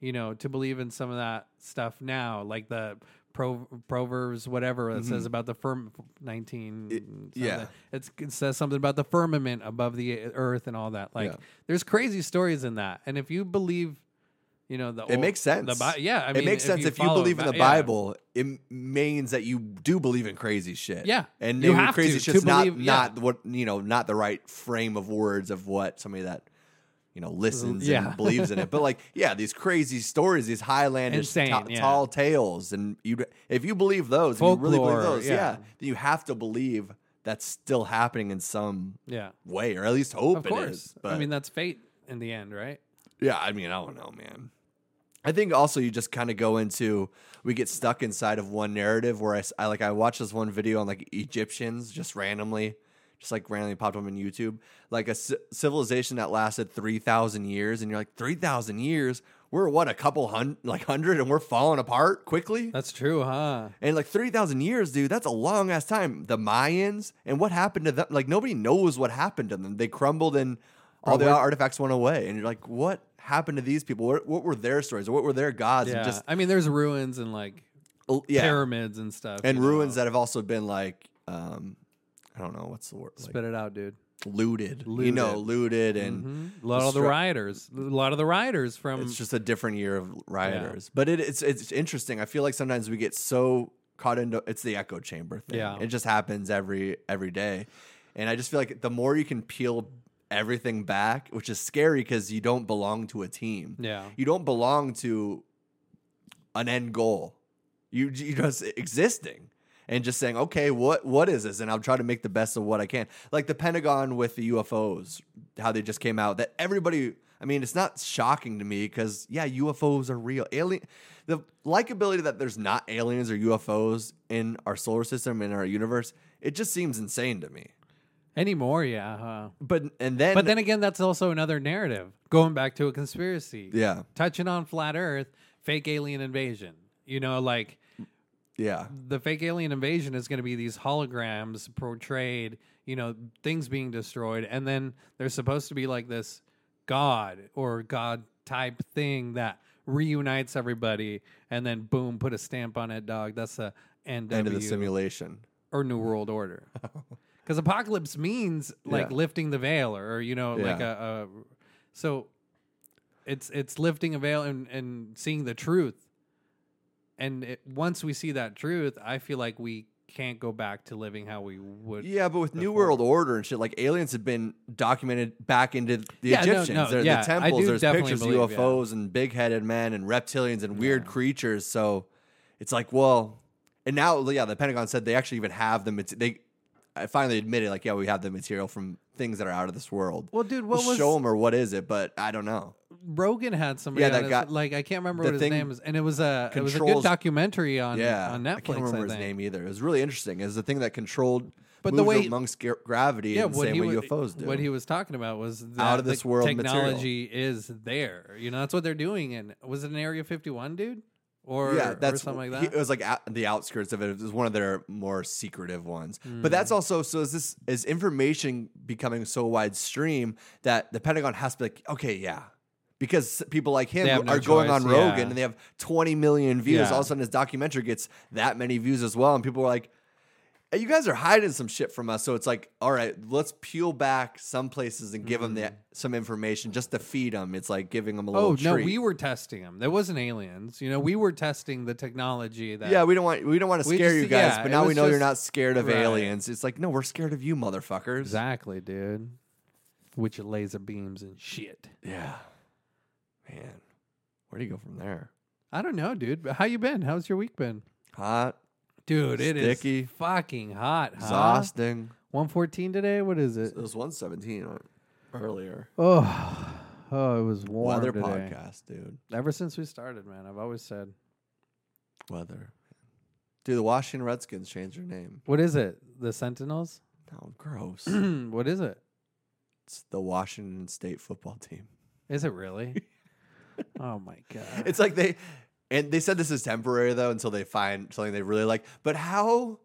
Speaker 1: you know to believe in some of that stuff now like the pro, proverbs whatever that says about the firm 19 something.
Speaker 2: Mm-hmm. yeah.
Speaker 1: it's, it says something about the firmament above the earth and all that like
Speaker 2: Yeah.
Speaker 1: there's crazy stories in that and if you believe you know the
Speaker 2: It makes sense.
Speaker 1: the Bi- yeah I mean,
Speaker 2: it makes sense if you
Speaker 1: follow
Speaker 2: believe in
Speaker 1: Bi-
Speaker 2: the
Speaker 1: yeah.
Speaker 2: Bible. It means that you do believe in crazy shit.
Speaker 1: Yeah.
Speaker 2: and
Speaker 1: You
Speaker 2: maybe
Speaker 1: have
Speaker 2: crazy
Speaker 1: to,
Speaker 2: shit's
Speaker 1: to
Speaker 2: not
Speaker 1: believe- yeah.
Speaker 2: not what you know, not the right frame of words of what somebody that you know listens
Speaker 1: Yeah.
Speaker 2: and believes in it. But like, yeah, these crazy stories, these Highlandish
Speaker 1: Insane,
Speaker 2: ta-
Speaker 1: yeah.
Speaker 2: tall tales, and you if you believe those, and you really believe
Speaker 1: Folklore,
Speaker 2: those,
Speaker 1: yeah.
Speaker 2: yeah, then you have to believe that's still happening in some
Speaker 1: yeah
Speaker 2: way, or at least hope
Speaker 1: Of
Speaker 2: it
Speaker 1: course.
Speaker 2: is. But
Speaker 1: I mean, that's fate in the end, right?
Speaker 2: Yeah, I mean, I don't know, man. I think also you just kind of go into we get stuck inside of one narrative where I, s- I- like I watched this one video on like Egyptians just randomly, just like randomly popped up on YouTube, like a ci- civilization that lasted three thousand years, and you're like three thousand years. We're what a couple hundred, like hundred, and we're falling apart quickly.
Speaker 1: That's true, huh?
Speaker 2: And like 3,000 years, dude, that's a long ass time. The Mayans and what happened to them, like nobody knows what happened to them. They crumbled and all their artifacts went away. And you're like, what happened to these people? What, what were their stories? What were their gods?
Speaker 1: Yeah.
Speaker 2: And just,
Speaker 1: I mean, there's ruins and like
Speaker 2: oh, yeah.
Speaker 1: pyramids and stuff.
Speaker 2: and
Speaker 1: you know.
Speaker 2: ruins that have also been like, um, I don't know, what's the word? Like
Speaker 1: Spit it out, dude.
Speaker 2: looted, You know, looted. And
Speaker 1: A Mm-hmm. lot of the
Speaker 2: Destru-
Speaker 1: rioters. A lot of the rioters from.
Speaker 2: it's just a different year of rioters. But it, it's, it's interesting. I feel like sometimes we get so caught into it's the echo chamber thing.
Speaker 1: Yeah.
Speaker 2: It just happens every every day. And I just feel like the more you can peel everything back, which is scary because you don't belong to a team.
Speaker 1: Yeah.
Speaker 2: You don't belong to an end goal. You you just existing and just saying, okay, what what is this? And I'll try to make the best of what I can. Like the Pentagon with the UFOs, how they just came out. That everybody, I mean, it's not shocking to me because yeah, UFOs are real. Alien, the likability that there's not aliens or UFOs in our solar system in our universe, it just seems insane to me.
Speaker 1: Anymore, yeah. Huh?
Speaker 2: But and then
Speaker 1: But then again, that's also another narrative. Going back to a conspiracy.
Speaker 2: yeah
Speaker 1: Touching on flat Earth, fake alien invasion. You know, like
Speaker 2: yeah
Speaker 1: the fake alien invasion is going to be these holograms portrayed, you know, things being destroyed, and then there's supposed to be like this god or god type thing that reunites everybody, and then boom, put a stamp on it, dog. That's the end,
Speaker 2: end of the simulation.
Speaker 1: or New World Order. Because apocalypse means like
Speaker 2: Oh. Yeah.
Speaker 1: lifting the veil, or, or, you know, like a, a so it's it's lifting a veil and, and seeing the truth. And it, once we see that truth, I feel like we can't go back to living how we would.
Speaker 2: Yeah, but with New
Speaker 1: before.
Speaker 2: World Order and shit, like aliens have been documented back into the
Speaker 1: Yeah, no,
Speaker 2: Egyptians.
Speaker 1: no,
Speaker 2: They're
Speaker 1: yeah, I
Speaker 2: the temples.
Speaker 1: do
Speaker 2: There's
Speaker 1: definitely
Speaker 2: pictures
Speaker 1: believe,
Speaker 2: of UFOs and big-headed men and reptilians and weird creatures. So it's like, well, and now, yeah, the Pentagon said they actually even have the mat- they I finally admitted, like, yeah, we have the material from things that are out of this world.
Speaker 1: Well, dude, what
Speaker 2: We'll
Speaker 1: was
Speaker 2: show them or what is it? But I don't know.
Speaker 1: Rogan had somebody?
Speaker 2: Yeah,
Speaker 1: on
Speaker 2: that
Speaker 1: his-
Speaker 2: guy-
Speaker 1: like I can't remember
Speaker 2: the
Speaker 1: what his
Speaker 2: thing
Speaker 1: name is, and it was a it was a good
Speaker 2: controls-
Speaker 1: documentary on
Speaker 2: Yeah,
Speaker 1: on Netflix.
Speaker 2: I can't remember his
Speaker 1: think.
Speaker 2: name either. It was really interesting. It was the thing that controlled,
Speaker 1: But
Speaker 2: but
Speaker 1: the
Speaker 2: the
Speaker 1: way-
Speaker 2: amongst gra- gravity, and the same way
Speaker 1: wa-
Speaker 2: UFOs do.
Speaker 1: What he was talking about was that
Speaker 2: Out of
Speaker 1: the
Speaker 2: this world material.
Speaker 1: technology is there. You know, that's what they're doing. And was it an Area 51 dude, or
Speaker 2: yeah, that's
Speaker 1: or something
Speaker 2: he- uh,
Speaker 1: like
Speaker 2: it
Speaker 1: that?
Speaker 2: was like out, the outskirts of it. It was one of their more secretive ones.
Speaker 1: Hmm.
Speaker 2: But that's also so is this is information becoming so widestream that the Pentagon has to be like, okay, yeah. Because people like him
Speaker 1: They have
Speaker 2: are
Speaker 1: no
Speaker 2: going
Speaker 1: choice,
Speaker 2: on Rogan
Speaker 1: yeah.
Speaker 2: and they have 20 million views.
Speaker 1: Yeah.
Speaker 2: All of a sudden, his documentary gets that many views as well. And people are like, "Hey, you guys are hiding some shit from us. So it's like, all right, let's peel back some places and give them the, some information just to feed them. It's like giving them a little
Speaker 1: Hmm. Oh no,
Speaker 2: treat.
Speaker 1: we were testing them. There wasn't aliens. You know, we were testing the technology that.
Speaker 2: Yeah, we don't want we don't want to
Speaker 1: We
Speaker 2: scare
Speaker 1: just-
Speaker 2: you guys,
Speaker 1: yeah,
Speaker 2: but
Speaker 1: it
Speaker 2: now we
Speaker 1: was
Speaker 2: know you're
Speaker 1: just-
Speaker 2: not scared of
Speaker 1: right.
Speaker 2: aliens. It's like, no, we're scared of you, motherfuckers.
Speaker 1: exactly, dude. With your laser beams and shit.
Speaker 2: Yeah, man, where do you go from there?
Speaker 1: I don't know, dude. But How you been? How's your week been,
Speaker 2: Hot,
Speaker 1: dude? It is
Speaker 2: Sticky.
Speaker 1: fucking hot. Huh?
Speaker 2: exhausting.
Speaker 1: One fourteen today. What is it?
Speaker 2: It was one seventeen uh, earlier.
Speaker 1: Oh, oh, it was warm
Speaker 2: Weather
Speaker 1: today.
Speaker 2: podcast, dude.
Speaker 1: Ever since we started, man, I've always said,
Speaker 2: Weather. Dude, the Washington Redskins changed their name.
Speaker 1: "What is it? The Sentinels?
Speaker 2: No, gross.
Speaker 1: what is it?
Speaker 2: it's the Washington State football team.
Speaker 1: Is it really? oh my god!
Speaker 2: It's like they and they said this is temporary though until they find something they really like. But how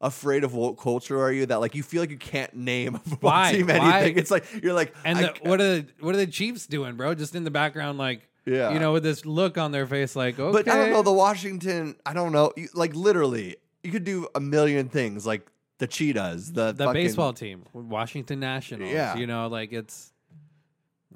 Speaker 2: afraid of woke culture are you that like you feel like you can't name a football
Speaker 1: Why?
Speaker 2: team anything?
Speaker 1: Why?
Speaker 2: It's like you're like
Speaker 1: and
Speaker 2: I
Speaker 1: the,
Speaker 2: c-
Speaker 1: what are the what are the Chiefs doing, bro? Just in the background, like
Speaker 2: Yeah.
Speaker 1: you know, with this look on their face, like okay,
Speaker 2: But I don't know the Washington. I don't know. You, like literally, you could do a million things like the Cheetahs, the
Speaker 1: the
Speaker 2: fucking-
Speaker 1: baseball team, Washington Nationals.
Speaker 2: Yeah.
Speaker 1: you know, like it's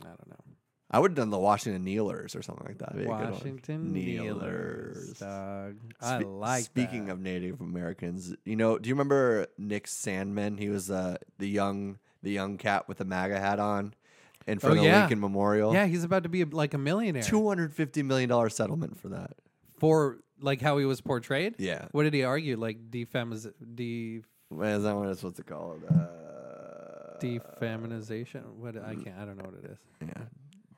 Speaker 1: I don't know
Speaker 2: I would have done the Washington Kneelers or something like that. That'd be a good one.
Speaker 1: Washington Kneelers. Dog. I
Speaker 2: Spe-
Speaker 1: like
Speaker 2: Speaking of Native Americans, you know, do you remember Nick Sandman? He was uh, the young the young cat with the MAGA hat on, and for
Speaker 1: Oh,
Speaker 2: the
Speaker 1: yeah.
Speaker 2: Lincoln Memorial,
Speaker 1: yeah, he's about to be like a millionaire
Speaker 2: two hundred fifty million dollar settlement for that.
Speaker 1: for like how he was portrayed.
Speaker 2: Yeah,
Speaker 1: What did he argue? Like defemiz de
Speaker 2: Well, is that what it's supposed to call it? Uh,
Speaker 1: defeminization? What I
Speaker 2: Mm.
Speaker 1: can't I don't know what it is.
Speaker 2: yeah,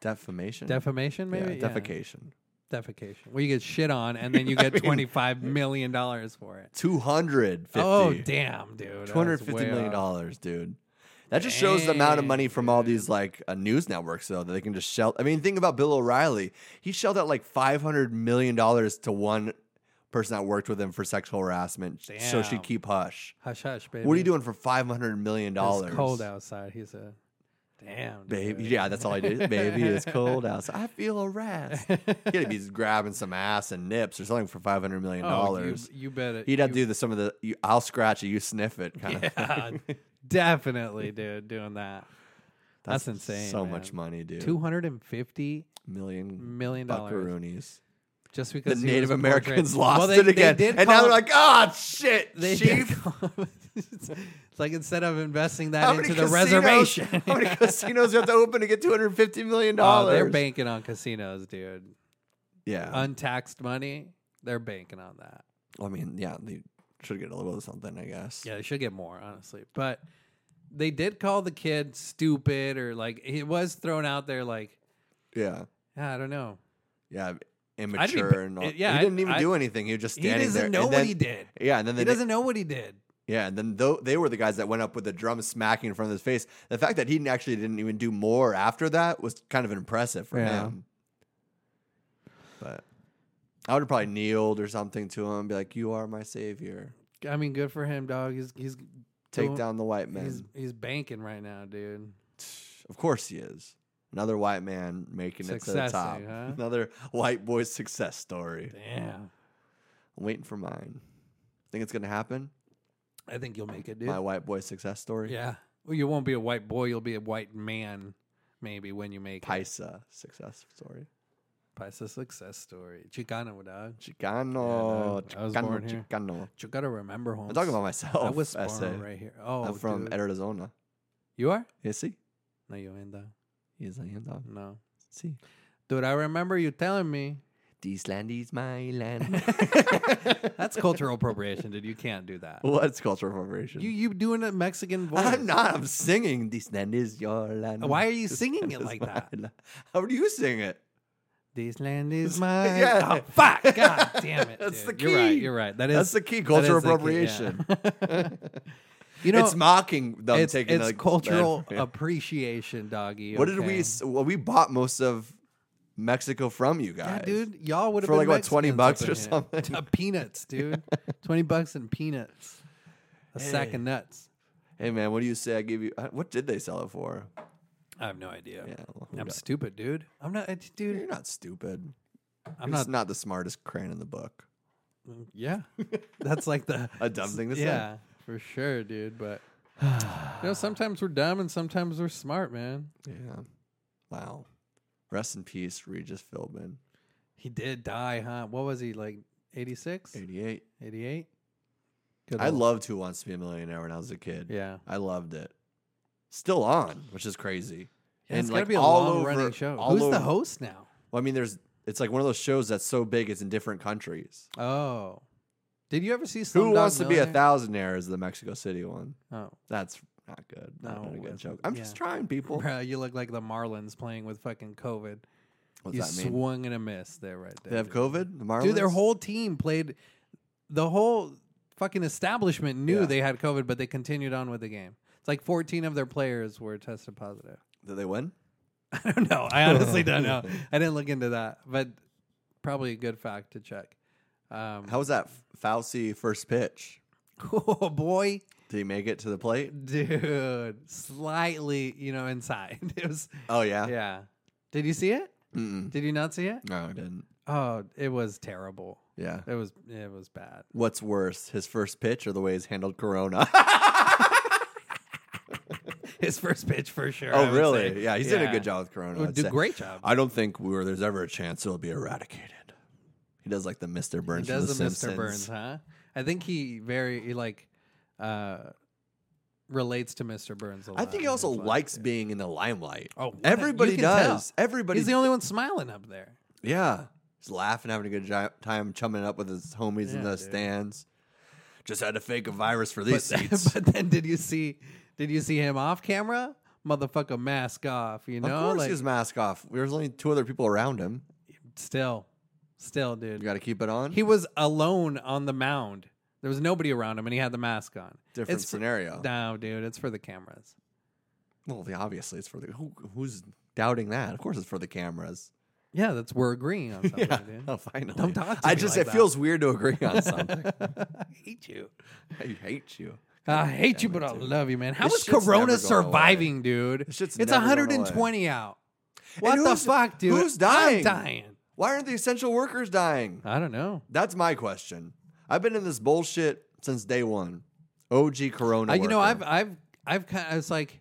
Speaker 2: defamation.
Speaker 1: Defamation
Speaker 2: Yeah,
Speaker 1: maybe?
Speaker 2: defecation.
Speaker 1: Defecation. Where you get shit on and then you
Speaker 2: I
Speaker 1: get
Speaker 2: mean-
Speaker 1: twenty five million dollars for it.
Speaker 2: Two hundred fifty.
Speaker 1: Oh damn, dude.
Speaker 2: Two hundred fifty million
Speaker 1: dollars.
Speaker 2: dollars, dude. That just shows the amount of
Speaker 1: Dang,
Speaker 2: money from all these like uh, news networks, though, that they can just shell. I mean, think about Bill O'Reilly. He shelled out like five hundred million dollars to one person that worked with him for sexual harassment, so
Speaker 1: Damn.
Speaker 2: she'd keep hush.
Speaker 1: Hush hush, baby.
Speaker 2: What are you doing for five hundred million dollars?
Speaker 1: It's cold outside. He's a damn
Speaker 2: baby.
Speaker 1: dude.
Speaker 2: Yeah, that's all I did. baby, it's cold outside. I feel harassed. He'd be grabbing some ass and nips or something for five hundred million
Speaker 1: Oh, you,
Speaker 2: dollars.
Speaker 1: you bet it.
Speaker 2: He'd have to
Speaker 1: you-
Speaker 2: do the, some of the you, "I'll scratch it, you sniff it" kind of.
Speaker 1: Yeah, definitely, dude, doing that. That's, insane.
Speaker 2: So
Speaker 1: man.
Speaker 2: much money, dude.
Speaker 1: Two hundred and fifty
Speaker 2: million
Speaker 1: million dollars.
Speaker 2: buckaroonies.
Speaker 1: just
Speaker 2: the
Speaker 1: because he was
Speaker 2: Native Americans
Speaker 1: portrayed-
Speaker 2: lost
Speaker 1: Well, they-
Speaker 2: it again,
Speaker 1: They did
Speaker 2: and
Speaker 1: call
Speaker 2: now they're
Speaker 1: him-
Speaker 2: like, "Ah, shit,
Speaker 1: they did
Speaker 2: chief."
Speaker 1: call him- it's like instead of investing that
Speaker 2: How many
Speaker 1: into the
Speaker 2: casinos-
Speaker 1: reservation,
Speaker 2: how many casinos do you have to open to get two hundred fifty million
Speaker 1: Oh,
Speaker 2: dollars?
Speaker 1: they're banking on casinos, dude.
Speaker 2: Yeah,
Speaker 1: Untaxed money, they're banking on that.
Speaker 2: Well, I mean, yeah, they should get a little bit of something, I guess.
Speaker 1: uh, Yeah, they should get more, honestly. But they did call the kid stupid or like it was thrown out there like,
Speaker 2: yeah,
Speaker 1: "Ah, I don't know.
Speaker 2: yeah.
Speaker 1: be
Speaker 2: Immature
Speaker 1: pa-
Speaker 2: and all.
Speaker 1: uh, yeah,
Speaker 2: he
Speaker 1: I'd-
Speaker 2: didn't even
Speaker 1: I'd-
Speaker 2: do anything. He was just
Speaker 1: He
Speaker 2: standing
Speaker 1: doesn't
Speaker 2: there.
Speaker 1: know
Speaker 2: and
Speaker 1: what
Speaker 2: then-
Speaker 1: he did.
Speaker 2: Yeah, and then
Speaker 1: He
Speaker 2: they,
Speaker 1: doesn't know what he did.
Speaker 2: Yeah, and then though they were the guys that went up with the drum smacking in front of his face. The fact that he actually didn't even do more after that was kind of impressive for
Speaker 1: Yeah.
Speaker 2: him. But I would have probably kneeled or something to him, be like, "You are my savior.
Speaker 1: I mean, good for him, dog. He's he's
Speaker 2: Take
Speaker 1: doing-
Speaker 2: down the white man."
Speaker 1: He's he's banking right now, dude.
Speaker 2: Of course he is. Another white man making it to the
Speaker 1: Successing,
Speaker 2: top.
Speaker 1: huh?
Speaker 2: Another white boy success story.
Speaker 1: Damn.
Speaker 2: I'm waiting for mine. Think it's gonna happen?
Speaker 1: I think you'll make it, dude.
Speaker 2: My white boy success story.
Speaker 1: Yeah. Well, you won't be a white boy. You'll be a white man, maybe when you make it.
Speaker 2: Paisa success story.
Speaker 1: Paisa success story. Chicano, dog.
Speaker 2: Chicano,
Speaker 1: Yeah, I was
Speaker 2: Chicano,
Speaker 1: born here.
Speaker 2: Chicano.
Speaker 1: You gotta remember, Holmes.
Speaker 2: I'm talking about myself.
Speaker 1: I was
Speaker 2: I say.
Speaker 1: born right here. Oh,
Speaker 2: I'm from
Speaker 1: dude.
Speaker 2: Arizona.
Speaker 1: you are?
Speaker 2: You see?
Speaker 1: No, you ain't though.
Speaker 2: Yes, I am. dog.
Speaker 1: No,
Speaker 2: See,
Speaker 1: dude. I remember you telling me
Speaker 2: this land is my land.
Speaker 1: that's cultural appropriation, dude. You can't do that.
Speaker 2: What's cultural appropriation?
Speaker 1: You you doing a Mexican voice?
Speaker 2: Oh. I'm not. I'm singing. This land is your land.
Speaker 1: Why are you singing
Speaker 2: land
Speaker 1: it
Speaker 2: is
Speaker 1: like
Speaker 2: my
Speaker 1: that?
Speaker 2: land. How do you sing it?
Speaker 1: This land is mine.
Speaker 2: Yeah.
Speaker 1: Oh, fuck. God damn it.
Speaker 2: That's
Speaker 1: dude.
Speaker 2: the
Speaker 1: You're right.
Speaker 2: key.
Speaker 1: You're right. That is
Speaker 2: That's the key.
Speaker 1: that is
Speaker 2: Cultural
Speaker 1: the key, yeah.
Speaker 2: appropriation.
Speaker 1: you know,
Speaker 2: it's mocking them
Speaker 1: it's,
Speaker 2: taking
Speaker 1: it's
Speaker 2: the-
Speaker 1: cultural
Speaker 2: Yeah.
Speaker 1: appreciation, doggy.
Speaker 2: What did
Speaker 1: okay?
Speaker 2: we? s- Well, we bought most of Mexico from you guys,
Speaker 1: Yeah, dude, y'all would have
Speaker 2: For
Speaker 1: been
Speaker 2: like, what, 20
Speaker 1: Mexicans
Speaker 2: bucks
Speaker 1: up
Speaker 2: or
Speaker 1: in here. Uh, peanuts, dude. Twenty bucks and peanuts, a sack
Speaker 2: Hey.
Speaker 1: of nuts.
Speaker 2: Hey man, what do you say? I give you. uh, What did they sell it for?
Speaker 1: I have no idea.
Speaker 2: Yeah, well, who
Speaker 1: I'm
Speaker 2: knows?
Speaker 1: stupid, dude. I'm not, I-
Speaker 2: You're
Speaker 1: dude.
Speaker 2: not stupid.
Speaker 1: I'm
Speaker 2: You're
Speaker 1: not.
Speaker 2: just not the smartest crane in the book.
Speaker 1: Yeah, that's like the
Speaker 2: A dumb thing to say.
Speaker 1: yeah for sure, dude. But you know, sometimes we're dumb and sometimes we're smart, man.
Speaker 2: Yeah. Wow. Rest in peace, Regis Philbin.
Speaker 1: He did die, huh? What was he like? 86,
Speaker 2: 88.
Speaker 1: 88? Good
Speaker 2: I
Speaker 1: old-
Speaker 2: loved Who Wants to Be a Millionaire when I was a kid.
Speaker 1: Yeah,
Speaker 2: I loved it. Still on, which is crazy.
Speaker 1: Yeah, it's
Speaker 2: And,
Speaker 1: gotta
Speaker 2: like,
Speaker 1: be a
Speaker 2: all
Speaker 1: long
Speaker 2: over-
Speaker 1: running show.
Speaker 2: all
Speaker 1: Who's
Speaker 2: over-
Speaker 1: the host now?
Speaker 2: Well, I mean, there's. It's like one of those shows that's so big it's in different countries.
Speaker 1: Oh, did you ever see
Speaker 2: Who
Speaker 1: Slumdog
Speaker 2: wants to be a
Speaker 1: Millionaire?
Speaker 2: thousandaire is the Mexico City one.
Speaker 1: Oh,
Speaker 2: That's not good.
Speaker 1: No,
Speaker 2: Not a
Speaker 1: it
Speaker 2: good
Speaker 1: wasn't.
Speaker 2: joke. I'm
Speaker 1: Yeah.
Speaker 2: just trying, people.
Speaker 1: Bruh, you look like the Marlins playing with fucking COVID.
Speaker 2: What's
Speaker 1: you
Speaker 2: that mean?
Speaker 1: swung and a miss there, right there.
Speaker 2: they have
Speaker 1: dude.
Speaker 2: COVID. The Marlins.
Speaker 1: Dude, their whole team played. The whole fucking establishment knew
Speaker 2: Yeah.
Speaker 1: they had COVID, but they continued on with the game. It's like 14 of their players were tested positive.
Speaker 2: Did they win?
Speaker 1: I don't know. I honestly don't know. I didn't look into that, but probably a good fact to check. Um,
Speaker 2: How was that F- Fauci first pitch?
Speaker 1: oh boy,
Speaker 2: Did he make it to the plate?
Speaker 1: dude, slightly, you know, inside. It was,
Speaker 2: Oh yeah.
Speaker 1: yeah. Did you see it?
Speaker 2: Mm-mm.
Speaker 1: Did you not see it?
Speaker 2: No, I didn't.
Speaker 1: Oh, it was terrible.
Speaker 2: Yeah.
Speaker 1: It was it was bad.
Speaker 2: What's worse, his first pitch or the way he's handled Corona? Oh,
Speaker 1: His first pitch for sure. I
Speaker 2: oh
Speaker 1: would
Speaker 2: really?
Speaker 1: say.
Speaker 2: Yeah, he's did a good job with Corona.
Speaker 1: Would
Speaker 2: I'd
Speaker 1: do
Speaker 2: say.
Speaker 1: great job.
Speaker 2: I don't think we were, there's ever a chance it'll be eradicated. He does like the Mr.
Speaker 1: he
Speaker 2: Burns. from
Speaker 1: does the,
Speaker 2: the
Speaker 1: Mr. Burns,
Speaker 2: Simpsons.
Speaker 1: huh? I think he very he like uh relates to Mr. Burns a lot.
Speaker 2: I think he
Speaker 1: in
Speaker 2: also
Speaker 1: his life,
Speaker 2: likes
Speaker 1: too.
Speaker 2: being in the limelight.
Speaker 1: Oh, what a-
Speaker 2: everybody
Speaker 1: you can tell.
Speaker 2: does. Everybody.
Speaker 1: He's the only one smiling up there.
Speaker 2: Yeah. He's laughing, having a good gi- time, chumming up with his homies in
Speaker 1: Yeah,
Speaker 2: the
Speaker 1: dude.
Speaker 2: stands. Just had to fake a virus for
Speaker 1: But,
Speaker 2: these seats.
Speaker 1: but then did you see did you see him off camera? Motherfucker mask off, you
Speaker 2: of
Speaker 1: know?
Speaker 2: course,
Speaker 1: like
Speaker 2: his mask off. There's only two other people around him.
Speaker 1: still. Still,
Speaker 2: You
Speaker 1: dude.
Speaker 2: got to keep it on.
Speaker 1: He was alone on the mound. There was nobody around him and he had the mask on.
Speaker 2: Different
Speaker 1: it's-
Speaker 2: scenario.
Speaker 1: No, dude, it's for the cameras.
Speaker 2: well, the- obviously, it's for the who, who's doubting that. Of course, it's for the cameras.
Speaker 1: Yeah, that's we're agreeing on something,
Speaker 2: Yeah.
Speaker 1: dude.
Speaker 2: Oh, finally.
Speaker 1: Don't talk to
Speaker 2: I
Speaker 1: me
Speaker 2: just
Speaker 1: like
Speaker 2: it
Speaker 1: that.
Speaker 2: feels weird to agree on something.
Speaker 1: I hate you.
Speaker 2: I hate you.
Speaker 1: I hate you,
Speaker 2: Damn
Speaker 1: but
Speaker 2: it,
Speaker 1: I
Speaker 2: dude.
Speaker 1: love you, man. How is
Speaker 2: This shit's never
Speaker 1: Corona
Speaker 2: going
Speaker 1: surviving, dude?
Speaker 2: This shit's
Speaker 1: it's
Speaker 2: never going
Speaker 1: 120 out. What the
Speaker 2: who's-
Speaker 1: fuck, dude?
Speaker 2: who's dying?
Speaker 1: I'm dying.
Speaker 2: Why aren't the essential workers dying?
Speaker 1: I don't know.
Speaker 2: That's my question. I've been in this bullshit since day one. OG Corona.
Speaker 1: Uh, you know, I've,
Speaker 2: worker.
Speaker 1: I've, I've kind of, it's like,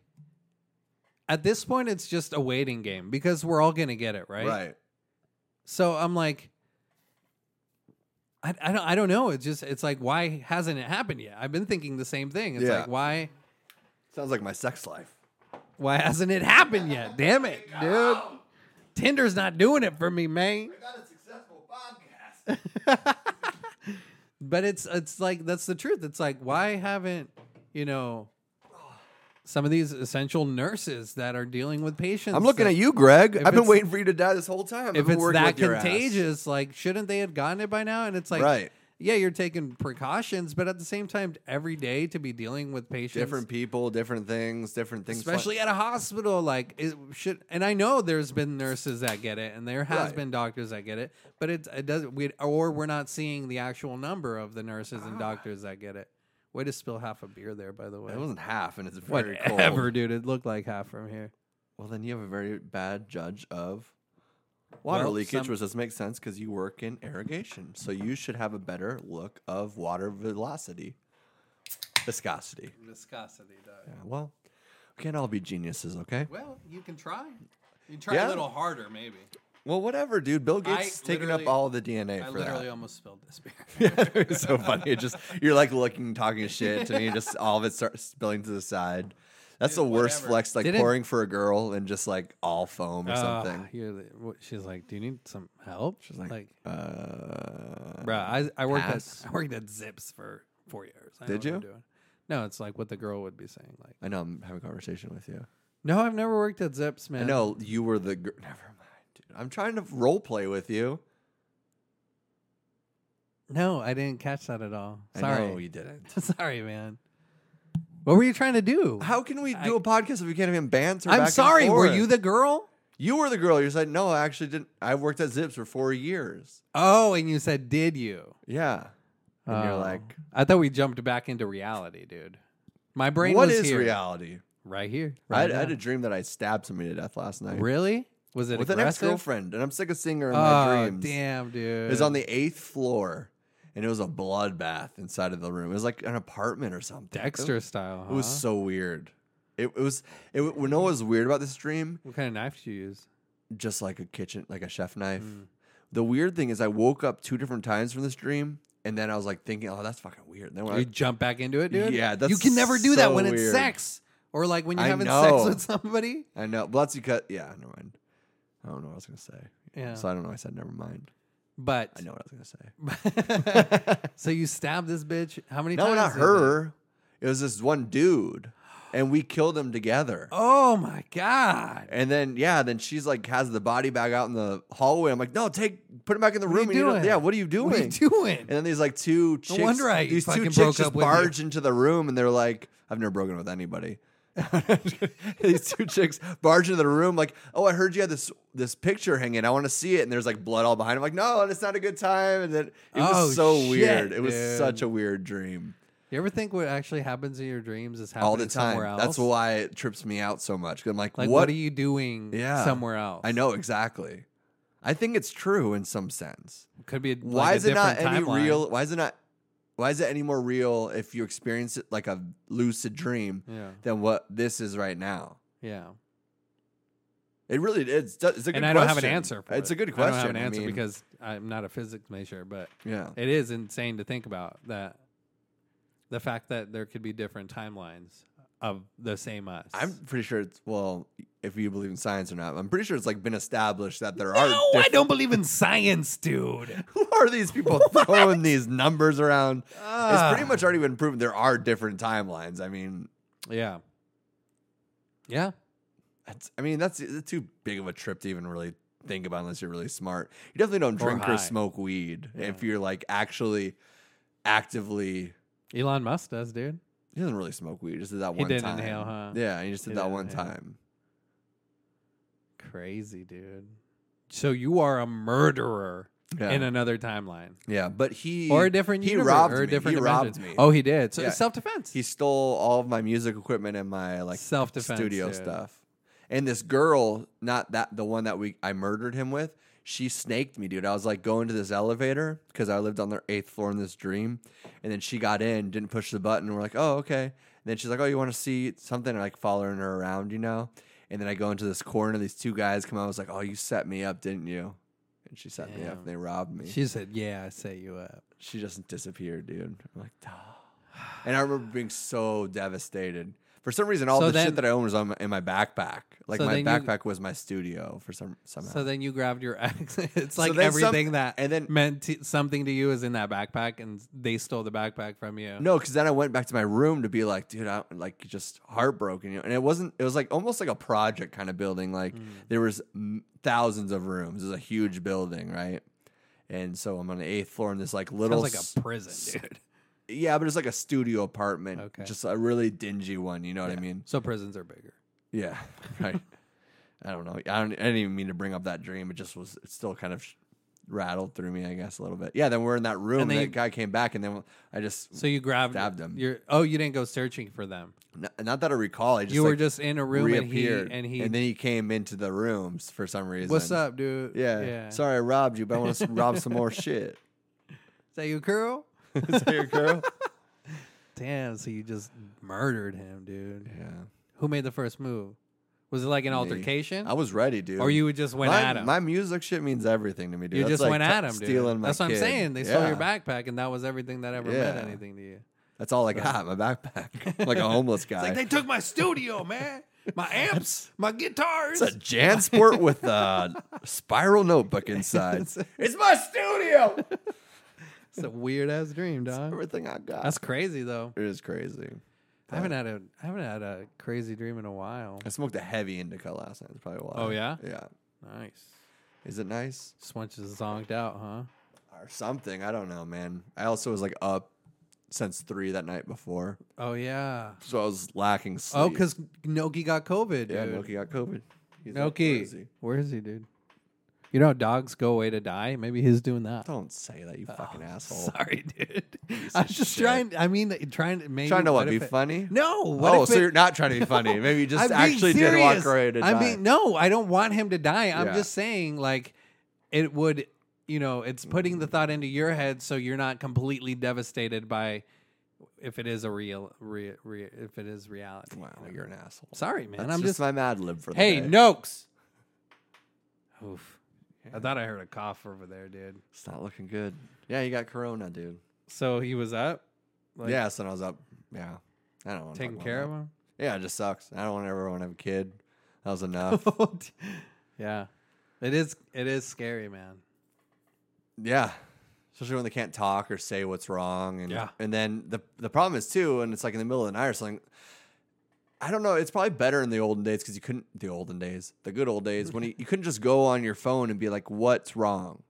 Speaker 1: at this point, it's just a waiting game because we're all gonna get it, right?
Speaker 2: right.
Speaker 1: So I'm like, I, I don't I don't know. It's just it's like why hasn't it happened yet? I've been thinking the same thing. It's
Speaker 2: Yeah.
Speaker 1: like why
Speaker 2: Sounds like my sex life.
Speaker 1: why hasn't it happened yet? Damn it, dude. Tinder's not doing it for me, man.
Speaker 2: Got a successful podcast.
Speaker 1: But it's it's like that's the truth. It's like why haven't you know some of these essential nurses that are dealing with patients?
Speaker 2: I'm looking
Speaker 1: that-
Speaker 2: at you, Greg. I've been
Speaker 1: it's-
Speaker 2: waiting for you to die this whole time. I've
Speaker 1: if
Speaker 2: been
Speaker 1: it's
Speaker 2: working
Speaker 1: that
Speaker 2: with your ass.
Speaker 1: contagious, like shouldn't they have gotten it by now? And it's like,
Speaker 2: Right.
Speaker 1: Yeah, you're taking precautions, but at the same time, every day to be dealing with patients,
Speaker 2: different people, different things, different things. fly-
Speaker 1: especially at a hospital, like it should. And I know there's been nurses that get it, and there has
Speaker 2: Right.
Speaker 1: been doctors that get it, but it, it doesn't. We or we're not seeing the actual number of the nurses
Speaker 2: Ah.
Speaker 1: and doctors that get it. Way to spill half a beer there, by the way.
Speaker 2: it wasn't half, and it's very
Speaker 1: Whatever,
Speaker 2: cold.
Speaker 1: dude. It looked like half from here.
Speaker 2: Well, then you have a very bad judge of water
Speaker 1: Well,
Speaker 2: leakage,
Speaker 1: some-
Speaker 2: which doesn't make sense because you work in irrigation, so you should have a better look of water velocity, viscosity.
Speaker 1: Viscosity,
Speaker 2: Yeah, well, we can't all be geniuses, okay?
Speaker 1: Well, you can try. You can try
Speaker 2: Yeah.
Speaker 1: a little harder, maybe.
Speaker 2: Well, whatever, dude. Bill
Speaker 1: I
Speaker 2: Gates is taking up
Speaker 1: literally-
Speaker 2: all the DNA
Speaker 1: I
Speaker 2: for
Speaker 1: literally
Speaker 2: that.
Speaker 1: almost spilled this beer.
Speaker 2: Yeah, it's so funny. It just you're like looking, talking shit to me, and just all of it starts spilling to the side. That's the worst
Speaker 1: whatever.
Speaker 2: flex, like
Speaker 1: Didn't-
Speaker 2: pouring for a girl and just like all foam or something.
Speaker 1: Ah, You're the, what- she's like, "Do you need some help?" She's
Speaker 2: like,
Speaker 1: like,
Speaker 2: Uh,
Speaker 1: "Bro, I, I worked
Speaker 2: pass.
Speaker 1: at I worked at Zips for four years. I know
Speaker 2: Did
Speaker 1: what I'm
Speaker 2: you?
Speaker 1: doing." No, it's like what the girl would be saying. Like,
Speaker 2: I know I'm having a conversation with you.
Speaker 1: no, I've never worked at Zips, man.
Speaker 2: I know you were the girl. Never mind, dude. I'm trying to role play with you.
Speaker 1: no, I didn't catch that at all.
Speaker 2: I
Speaker 1: Sorry,
Speaker 2: know you didn't.
Speaker 1: sorry, man. What were you trying to do?
Speaker 2: How can we do
Speaker 1: I-
Speaker 2: a podcast if we can't even banter? back
Speaker 1: I'm
Speaker 2: and
Speaker 1: sorry. Were
Speaker 2: forth?
Speaker 1: you the girl?
Speaker 2: You were the girl. You said no. I actually didn't. I worked at Zips for four years.
Speaker 1: Oh, and you said, "Did you?"
Speaker 2: Yeah, and you're
Speaker 1: Oh.
Speaker 2: like,
Speaker 1: I thought we jumped back into reality, dude. My brain
Speaker 2: what
Speaker 1: was
Speaker 2: is
Speaker 1: here.
Speaker 2: reality?
Speaker 1: Right here.
Speaker 2: I
Speaker 1: Right
Speaker 2: had, I
Speaker 1: now.
Speaker 2: had a dream that I stabbed somebody to death last night
Speaker 1: Really? Was it
Speaker 2: with an ex
Speaker 1: aggressive?
Speaker 2: girlfriend, and I'm sick of seeing her in my
Speaker 1: Oh,
Speaker 2: dreams.
Speaker 1: damn, dude.
Speaker 2: It was on the eighth floor, and it was a bloodbath inside of the room. It was like an apartment or something.
Speaker 1: Dexter style.
Speaker 2: It was
Speaker 1: huh?
Speaker 2: so weird. It, it was. It, you know what was weird about this dream?
Speaker 1: What kind of knife did you use?
Speaker 2: Just like a kitchen, like a chef knife.
Speaker 1: Hmm.
Speaker 2: The weird thing is, I woke up two different times from this dream, and then I was like thinking, "Oh, that's fucking weird." And then when I,
Speaker 1: You jump back into it, dude.
Speaker 2: Yeah, that's
Speaker 1: you can never do that
Speaker 2: so
Speaker 1: when it's
Speaker 2: weird.
Speaker 1: sex or like when you're
Speaker 2: I
Speaker 1: having
Speaker 2: know.
Speaker 1: sex with somebody.
Speaker 2: I know, but that's because yeah, never mind. I don't know what I was gonna say.
Speaker 1: Yeah,
Speaker 2: So I don't know. I said never mind.
Speaker 1: but
Speaker 2: I know what I was gonna say.
Speaker 1: so you stabbed this bitch. How many
Speaker 2: No,
Speaker 1: times?
Speaker 2: not
Speaker 1: is it?
Speaker 2: her. It was this one dude, and we killed him together.
Speaker 1: Oh my god.
Speaker 2: And then yeah, then she's like has the body bag out in the hallway. I'm like, no, take put him back in the room.
Speaker 1: you
Speaker 2: and don't-
Speaker 1: doing?
Speaker 2: yeah, what are you doing?
Speaker 1: What are you doing?
Speaker 2: And then these like two chicks,
Speaker 1: wonder I
Speaker 2: these two
Speaker 1: fucking
Speaker 2: chicks
Speaker 1: broke
Speaker 2: just
Speaker 1: up with you.
Speaker 2: barge into the room, and they're like, I've never broken with anybody. these two chicks barge into the room, like, oh, I heard you had this this picture hanging. I want to see it. And there's like blood all behind. I'm like, no, it's not a good time. And then it was
Speaker 1: Oh,
Speaker 2: so
Speaker 1: shit,
Speaker 2: weird. It was
Speaker 1: dude.
Speaker 2: such a weird dream.
Speaker 1: You ever think what actually happens in your dreams is happening
Speaker 2: all the
Speaker 1: somewhere
Speaker 2: time.
Speaker 1: else?
Speaker 2: That's why it trips me out so much. 'Cause I'm like,
Speaker 1: Like, what,
Speaker 2: what?
Speaker 1: are you doing
Speaker 2: Yeah.
Speaker 1: somewhere else?
Speaker 2: I know exactly. I think it's true in some sense.
Speaker 1: Could be. A, like,
Speaker 2: Why
Speaker 1: a
Speaker 2: is it not
Speaker 1: different
Speaker 2: any
Speaker 1: timeline.
Speaker 2: real? Why is it not? Why is it any more real if you experience it like a lucid dream
Speaker 1: Yeah.
Speaker 2: than what this is right now?
Speaker 1: Yeah.
Speaker 2: It really is. It's a good
Speaker 1: and I don't have an
Speaker 2: question.
Speaker 1: answer. For
Speaker 2: it's
Speaker 1: it.
Speaker 2: a good
Speaker 1: I
Speaker 2: question.
Speaker 1: don't have an answer
Speaker 2: mean,
Speaker 1: because I'm not a physics major, but
Speaker 2: yeah,
Speaker 1: it is insane to think about that. The fact that there could be different timelines of the same us.
Speaker 2: I'm pretty sure it's well. If you believe in science or not, I'm pretty sure it's like been established that there are.
Speaker 1: no, I
Speaker 2: diff-
Speaker 1: don't Oh believe in science, dude.
Speaker 2: Who are these people throwing these numbers around? it's pretty
Speaker 1: Ah.
Speaker 2: much already been proven there are different timelines. I mean,
Speaker 1: Yeah. Yeah.
Speaker 2: That's, I mean, that's it's too big of a trip to even really think about unless you're really smart. You definitely don't
Speaker 1: Or
Speaker 2: drink or,
Speaker 1: high.
Speaker 2: smoke weed
Speaker 1: Yeah.
Speaker 2: if you're like actually actively.
Speaker 1: Elon Musk does, dude.
Speaker 2: He doesn't really smoke weed. He just did that
Speaker 1: He
Speaker 2: one
Speaker 1: didn't
Speaker 2: time.
Speaker 1: inhale, huh?
Speaker 2: Yeah, he just did
Speaker 1: He
Speaker 2: that
Speaker 1: didn't
Speaker 2: one
Speaker 1: inhale.
Speaker 2: time.
Speaker 1: Crazy, dude. So you are a murderer
Speaker 2: Yeah.
Speaker 1: in another timeline.
Speaker 2: yeah, but he
Speaker 1: Or a different
Speaker 2: he
Speaker 1: universe
Speaker 2: robbed
Speaker 1: or
Speaker 2: me.
Speaker 1: a different
Speaker 2: he
Speaker 1: dimension.
Speaker 2: robbed me.
Speaker 1: Oh, he did. So
Speaker 2: Yeah.
Speaker 1: it's self defense.
Speaker 2: he stole all of my music equipment and my like
Speaker 1: self defense
Speaker 2: studio stuff. And this girl, not that the one that we I murdered him with, she snaked me, dude. I was like going to this elevator because I lived on the eighth floor in this dream, and then she got in, didn't push the button. And we're like, oh okay. And then she's like, oh, you want to see something? And like following her around, you know. And then I go into this corner. These two guys come out. I was like, oh, you set me up, didn't you? and she set me up.
Speaker 1: Damn.
Speaker 2: And they robbed me. She,
Speaker 1: She said, "Yeah, I set you up."
Speaker 2: just disappeared, dude. I'm like, "Duh." and I remember being so devastated. For some reason, all
Speaker 1: So
Speaker 2: the
Speaker 1: then-
Speaker 2: shit that I owned was on my, in my backpack. Like
Speaker 1: So
Speaker 2: my
Speaker 1: then you-
Speaker 2: backpack was my studio for some somehow.
Speaker 1: So then you grabbed your ex. it's
Speaker 2: So
Speaker 1: like
Speaker 2: then some-
Speaker 1: everything that
Speaker 2: and then-
Speaker 1: meant to- something to you is in that backpack, and they stole the backpack from you.
Speaker 2: No, because then I went back to my room to be like, dude, I'm like just heartbroken. You know? And it wasn't, it was like almost like a project kind of building. Like
Speaker 1: Mm.
Speaker 2: there was m- thousands of rooms. It was a huge building, right? And so I'm on the eighth floor in this like little,
Speaker 1: Sounds like
Speaker 2: s-
Speaker 1: a prison, dude.
Speaker 2: yeah, but it's like a studio apartment,
Speaker 1: Okay.
Speaker 2: just a really dingy one. You know what I mean?
Speaker 1: So prisons are bigger.
Speaker 2: Yeah, right. I don't know. I don't. I didn't even mean to bring up that dream. It just was. It still kind of sh- rattled through me, I guess, a little bit. Yeah. Then we're in that room, and,
Speaker 1: then
Speaker 2: that
Speaker 1: you-
Speaker 2: guy came back, and then I just
Speaker 1: So you grabbed
Speaker 2: Stabbed him.
Speaker 1: Your oh, you didn't go searching for them.
Speaker 2: n- not that I recall. I just
Speaker 1: you were
Speaker 2: like,
Speaker 1: just in a room and he
Speaker 2: reappeared,
Speaker 1: and he.
Speaker 2: then he came into the rooms for some reason.
Speaker 1: what's up, dude?
Speaker 2: Yeah. Sorry, I robbed you, but I want to rob some more shit.
Speaker 1: Is that you, girl?
Speaker 2: Is that your girl?
Speaker 1: Damn. So you just murdered him, dude.
Speaker 2: Yeah.
Speaker 1: Who made the first move? Was it like an altercation,
Speaker 2: I was ready, dude.
Speaker 1: or you just went
Speaker 2: my,
Speaker 1: at him?
Speaker 2: My music shit means everything to me, dude.
Speaker 1: you
Speaker 2: That's
Speaker 1: just
Speaker 2: like
Speaker 1: went
Speaker 2: t-
Speaker 1: at him, dude.
Speaker 2: Stealing my
Speaker 1: That's what I'm
Speaker 2: kid.
Speaker 1: saying. They stole your
Speaker 2: Yeah.
Speaker 1: backpack, and that was everything that ever meant
Speaker 2: Yeah.
Speaker 1: anything to you.
Speaker 2: That's all I got. My backpack. I'm like a homeless guy.
Speaker 1: Like they took my studio, man. My amps, my guitars.
Speaker 2: It's a JanSport with a spiral notebook inside. it's my studio.
Speaker 1: It's a weird ass dream, dog.
Speaker 2: Everything I got.
Speaker 1: That's crazy though.
Speaker 2: it is crazy.
Speaker 1: I haven't had a I haven't had a crazy dream in a while.
Speaker 2: I smoked a heavy indica last night. That's probably why.
Speaker 1: Oh, yeah?
Speaker 2: Yeah.
Speaker 1: Nice.
Speaker 2: Is it nice?
Speaker 1: Just went to zonked out, huh?
Speaker 2: or something. I don't know, man. I also was like up since three that night before,
Speaker 1: Oh yeah.
Speaker 2: so I was lacking sleep.
Speaker 1: Oh, because Noki got COVID, dude.
Speaker 2: yeah, Noki got COVID. He's like, where is
Speaker 1: Noki,
Speaker 2: he?
Speaker 1: where is he, dude? You know, how dogs go away to die. Maybe he's doing that.
Speaker 2: Don't say that, you fucking asshole.
Speaker 1: Oh, Sorry, dude. I
Speaker 2: of
Speaker 1: was just
Speaker 2: shit.
Speaker 1: trying. I mean, trying to maybe
Speaker 2: Trying to what? Be
Speaker 1: if it-
Speaker 2: funny?
Speaker 1: No. What
Speaker 2: oh,
Speaker 1: if
Speaker 2: so
Speaker 1: it-
Speaker 2: you're not trying to be funny. Maybe you just
Speaker 1: I'm being
Speaker 2: actually did walk
Speaker 1: serious.
Speaker 2: away to
Speaker 1: I
Speaker 2: die.
Speaker 1: mean, no, I don't want him to die. I'm
Speaker 2: Yeah.
Speaker 1: just saying, like, it would, you know, it's putting
Speaker 2: Mm.
Speaker 1: the thought into your head so you're not completely devastated by if it is a real, re, re, if it is reality.
Speaker 2: wow, you're an asshole.
Speaker 1: Sorry, man.
Speaker 2: That's
Speaker 1: I'm just,
Speaker 2: my Mad Lib for the
Speaker 1: hey,
Speaker 2: day.
Speaker 1: Noakes. Oof. I thought I heard a cough over there, dude.
Speaker 2: it's not looking good. Yeah, you got Corona, dude.
Speaker 1: So he was up, like,
Speaker 2: yeah, so I was up. Yeah, I don't want
Speaker 1: taking care of him.
Speaker 2: Yeah, it just sucks. I don't want everyone to have a kid. That was enough.
Speaker 1: yeah, it is. It is scary, man.
Speaker 2: Yeah. Especially when they can't talk or say what's wrong. And
Speaker 1: Yeah.
Speaker 2: and then the the problem is too, and it's like in the middle of the night or something. I don't know. It's probably better in the olden days because you couldn't the olden days, the good old days, when you, you couldn't just go on your phone and be like, What's wrong?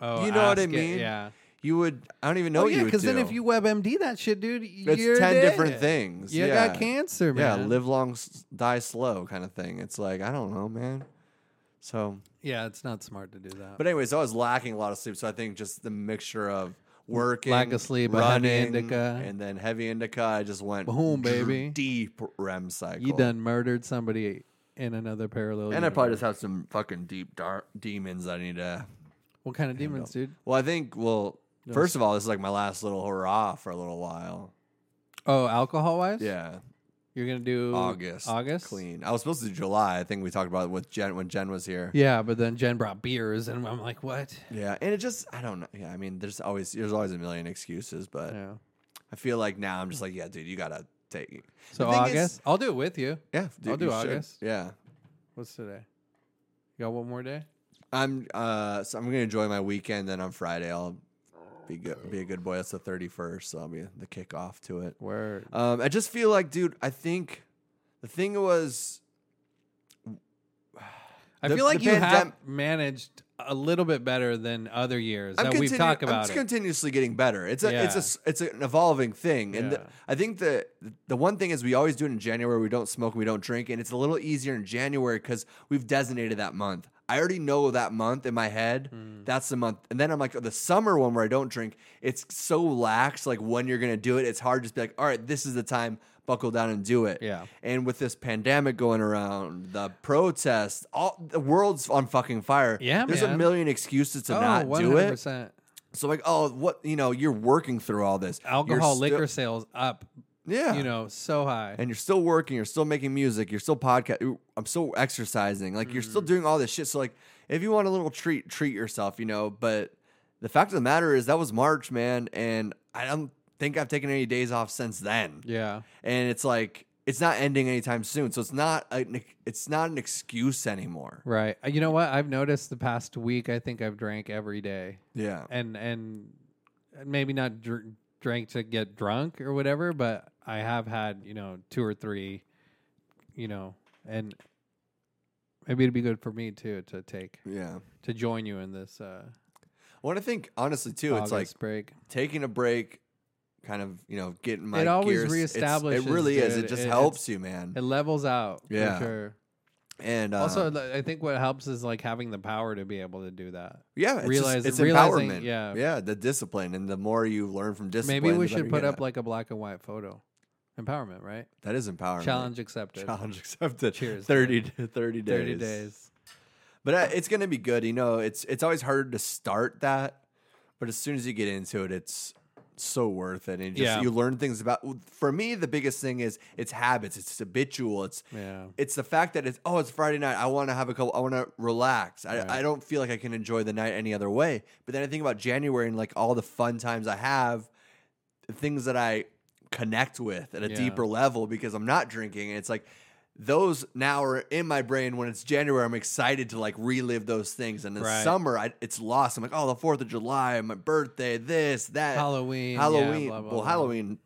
Speaker 1: Oh,
Speaker 2: You know what I
Speaker 1: ask it,
Speaker 2: mean?
Speaker 1: yeah.
Speaker 2: You would I don't even know
Speaker 1: Oh,
Speaker 2: what
Speaker 1: yeah,
Speaker 2: you would
Speaker 1: because
Speaker 2: do.
Speaker 1: then if you WebMD that shit, dude,
Speaker 2: it's
Speaker 1: you're
Speaker 2: ten
Speaker 1: dead.
Speaker 2: different things.
Speaker 1: You
Speaker 2: yeah.
Speaker 1: got cancer, man.
Speaker 2: Yeah, live long, s- die slow kind of thing. It's like, I don't know, man. So
Speaker 1: Yeah, it's not smart to do that.
Speaker 2: But anyways, I was lacking a lot of sleep, so I think just the mixture of working,
Speaker 1: Lack of sleep, a heavy
Speaker 2: running,
Speaker 1: indica.
Speaker 2: and then heavy indica. I just went
Speaker 1: Boom,
Speaker 2: dr-
Speaker 1: baby.
Speaker 2: deep REM cycle.
Speaker 1: you done murdered somebody in another parallel.
Speaker 2: And I probably
Speaker 1: universe.
Speaker 2: just have some fucking deep dark demons that I need to.
Speaker 1: what kind of demons, dude?
Speaker 2: Well, I think. Well, first of all, this is like my last little hurrah for a little while.
Speaker 1: Oh, alcohol wise?
Speaker 2: Yeah,
Speaker 1: You're gonna do
Speaker 2: August,
Speaker 1: August.
Speaker 2: clean. I was supposed to do July. I think we talked about it with Jen when Jen was here.
Speaker 1: Yeah, but then Jen brought beers, and I'm like, what?
Speaker 2: Yeah, and it just I don't know. Yeah, I mean, there's always there's always a million excuses, but
Speaker 1: Yeah.
Speaker 2: I feel like now I'm just like, yeah, dude, you gotta take.
Speaker 1: So
Speaker 2: The thing is-
Speaker 1: August, I'll do it with you.
Speaker 2: Yeah,
Speaker 1: I'll
Speaker 2: dude, you
Speaker 1: do
Speaker 2: should.
Speaker 1: August.
Speaker 2: Yeah,
Speaker 1: What's today? You got one more day?
Speaker 2: I'm. Uh, so I'm gonna enjoy my weekend. Then on Friday, I'll be good, be a good boy. That's the 31st, so I'll be the kickoff to it.
Speaker 1: Word.
Speaker 2: Um, I just feel like, dude. I think the thing was,
Speaker 1: I
Speaker 2: the-
Speaker 1: feel like
Speaker 2: the
Speaker 1: you have
Speaker 2: pandem-
Speaker 1: managed a little bit better than other years that we've
Speaker 2: continu-
Speaker 1: talked
Speaker 2: I'm
Speaker 1: about.
Speaker 2: just
Speaker 1: it.
Speaker 2: continuously getting better. It's a, it's
Speaker 1: Yeah.
Speaker 2: a, s- it's an evolving thing, and the-
Speaker 1: Yeah.
Speaker 2: I think the the one thing is we always do it in January. We don't smoke, we don't drink, and it's a little easier in January because we've designated that month. I already know that month in my head.
Speaker 1: Mm.
Speaker 2: That's the month, and then I'm like the summer one where I don't drink. It's so lax, like when you're gonna do it. It's hard to just be like, all right, this is the time. Buckle down and do it.
Speaker 1: Yeah.
Speaker 2: And with this pandemic going around, the protests, all the world's on fucking fire.
Speaker 1: Yeah,
Speaker 2: There's a
Speaker 1: man.
Speaker 2: million excuses to
Speaker 1: oh,
Speaker 2: not do it.
Speaker 1: 100%.
Speaker 2: So like, oh, what you know, you're working through all this. You're
Speaker 1: alcohol
Speaker 2: still-
Speaker 1: liquor sales up
Speaker 2: Yeah.
Speaker 1: you know, so high.
Speaker 2: and you're still working, you're still making music, you're still podcast. I'm still exercising, like you're
Speaker 1: Mm.
Speaker 2: still doing all this shit. So like, if you want a little treat, treat yourself, you know. But the fact of the matter is that was March, man, and I don't think I've taken any days off since then.
Speaker 1: yeah.
Speaker 2: And it's like it's not ending anytime soon, so it's not an it's not an excuse anymore.
Speaker 1: Right. Uh, You know what? I've noticed the past week I think I've drank every day.
Speaker 2: Yeah,
Speaker 1: And and maybe not dr- drank to get drunk or whatever, but I have had, you know, two or three, you know, and maybe it'd be good for me too to take
Speaker 2: yeah.
Speaker 1: to join you in this uh
Speaker 2: What I think, honestly, too,
Speaker 1: August
Speaker 2: it's like
Speaker 1: break.
Speaker 2: taking a break, kind of you know getting my
Speaker 1: It always
Speaker 2: gears- it's-
Speaker 1: reestablishes,
Speaker 2: It really is.
Speaker 1: dude.
Speaker 2: It just
Speaker 1: It-
Speaker 2: helps you, man.
Speaker 1: It levels out.
Speaker 2: Yeah.
Speaker 1: For sure.
Speaker 2: and uh,
Speaker 1: also, li- I think what helps is like having the power to be able to do that.
Speaker 2: Yeah, it's
Speaker 1: Realize-
Speaker 2: just, it's
Speaker 1: realizing-
Speaker 2: empowerment.
Speaker 1: yeah.
Speaker 2: yeah, the discipline, and the more you learn from discipline,
Speaker 1: Maybe we
Speaker 2: the better
Speaker 1: should
Speaker 2: you
Speaker 1: put
Speaker 2: get
Speaker 1: up
Speaker 2: at.
Speaker 1: like a black and white photo. Empowerment, right?
Speaker 2: that is empowerment.
Speaker 1: Challenge accepted.
Speaker 2: challenge accepted.
Speaker 1: Cheers,
Speaker 2: 30, to 30 days.
Speaker 1: 30 days.
Speaker 2: But uh, it's gonna be good. You know, it's it's always harder to start that, but as soon as you get into it, it's so worth it. And just,
Speaker 1: Yeah.
Speaker 2: you learn things about. For me, the biggest thing is it's habits. It's habitual. It's
Speaker 1: Yeah.
Speaker 2: it's the fact that it's oh it's friday night i want to have a couple i want to relax I,
Speaker 1: Right.
Speaker 2: I don't feel like i can enjoy the night any other way but then i think about january and like all the fun times i have the things that i connect with at a
Speaker 1: Yeah.
Speaker 2: deeper level because i'm not drinking and it's like those now are in my brain when it's january i'm excited to like relive those things and in
Speaker 1: Right.
Speaker 2: summer I, it's lost i'm like oh the fourth of july my birthday this that
Speaker 1: Halloween, yeah,
Speaker 2: halloween
Speaker 1: blah, blah,
Speaker 2: well
Speaker 1: blah.
Speaker 2: halloween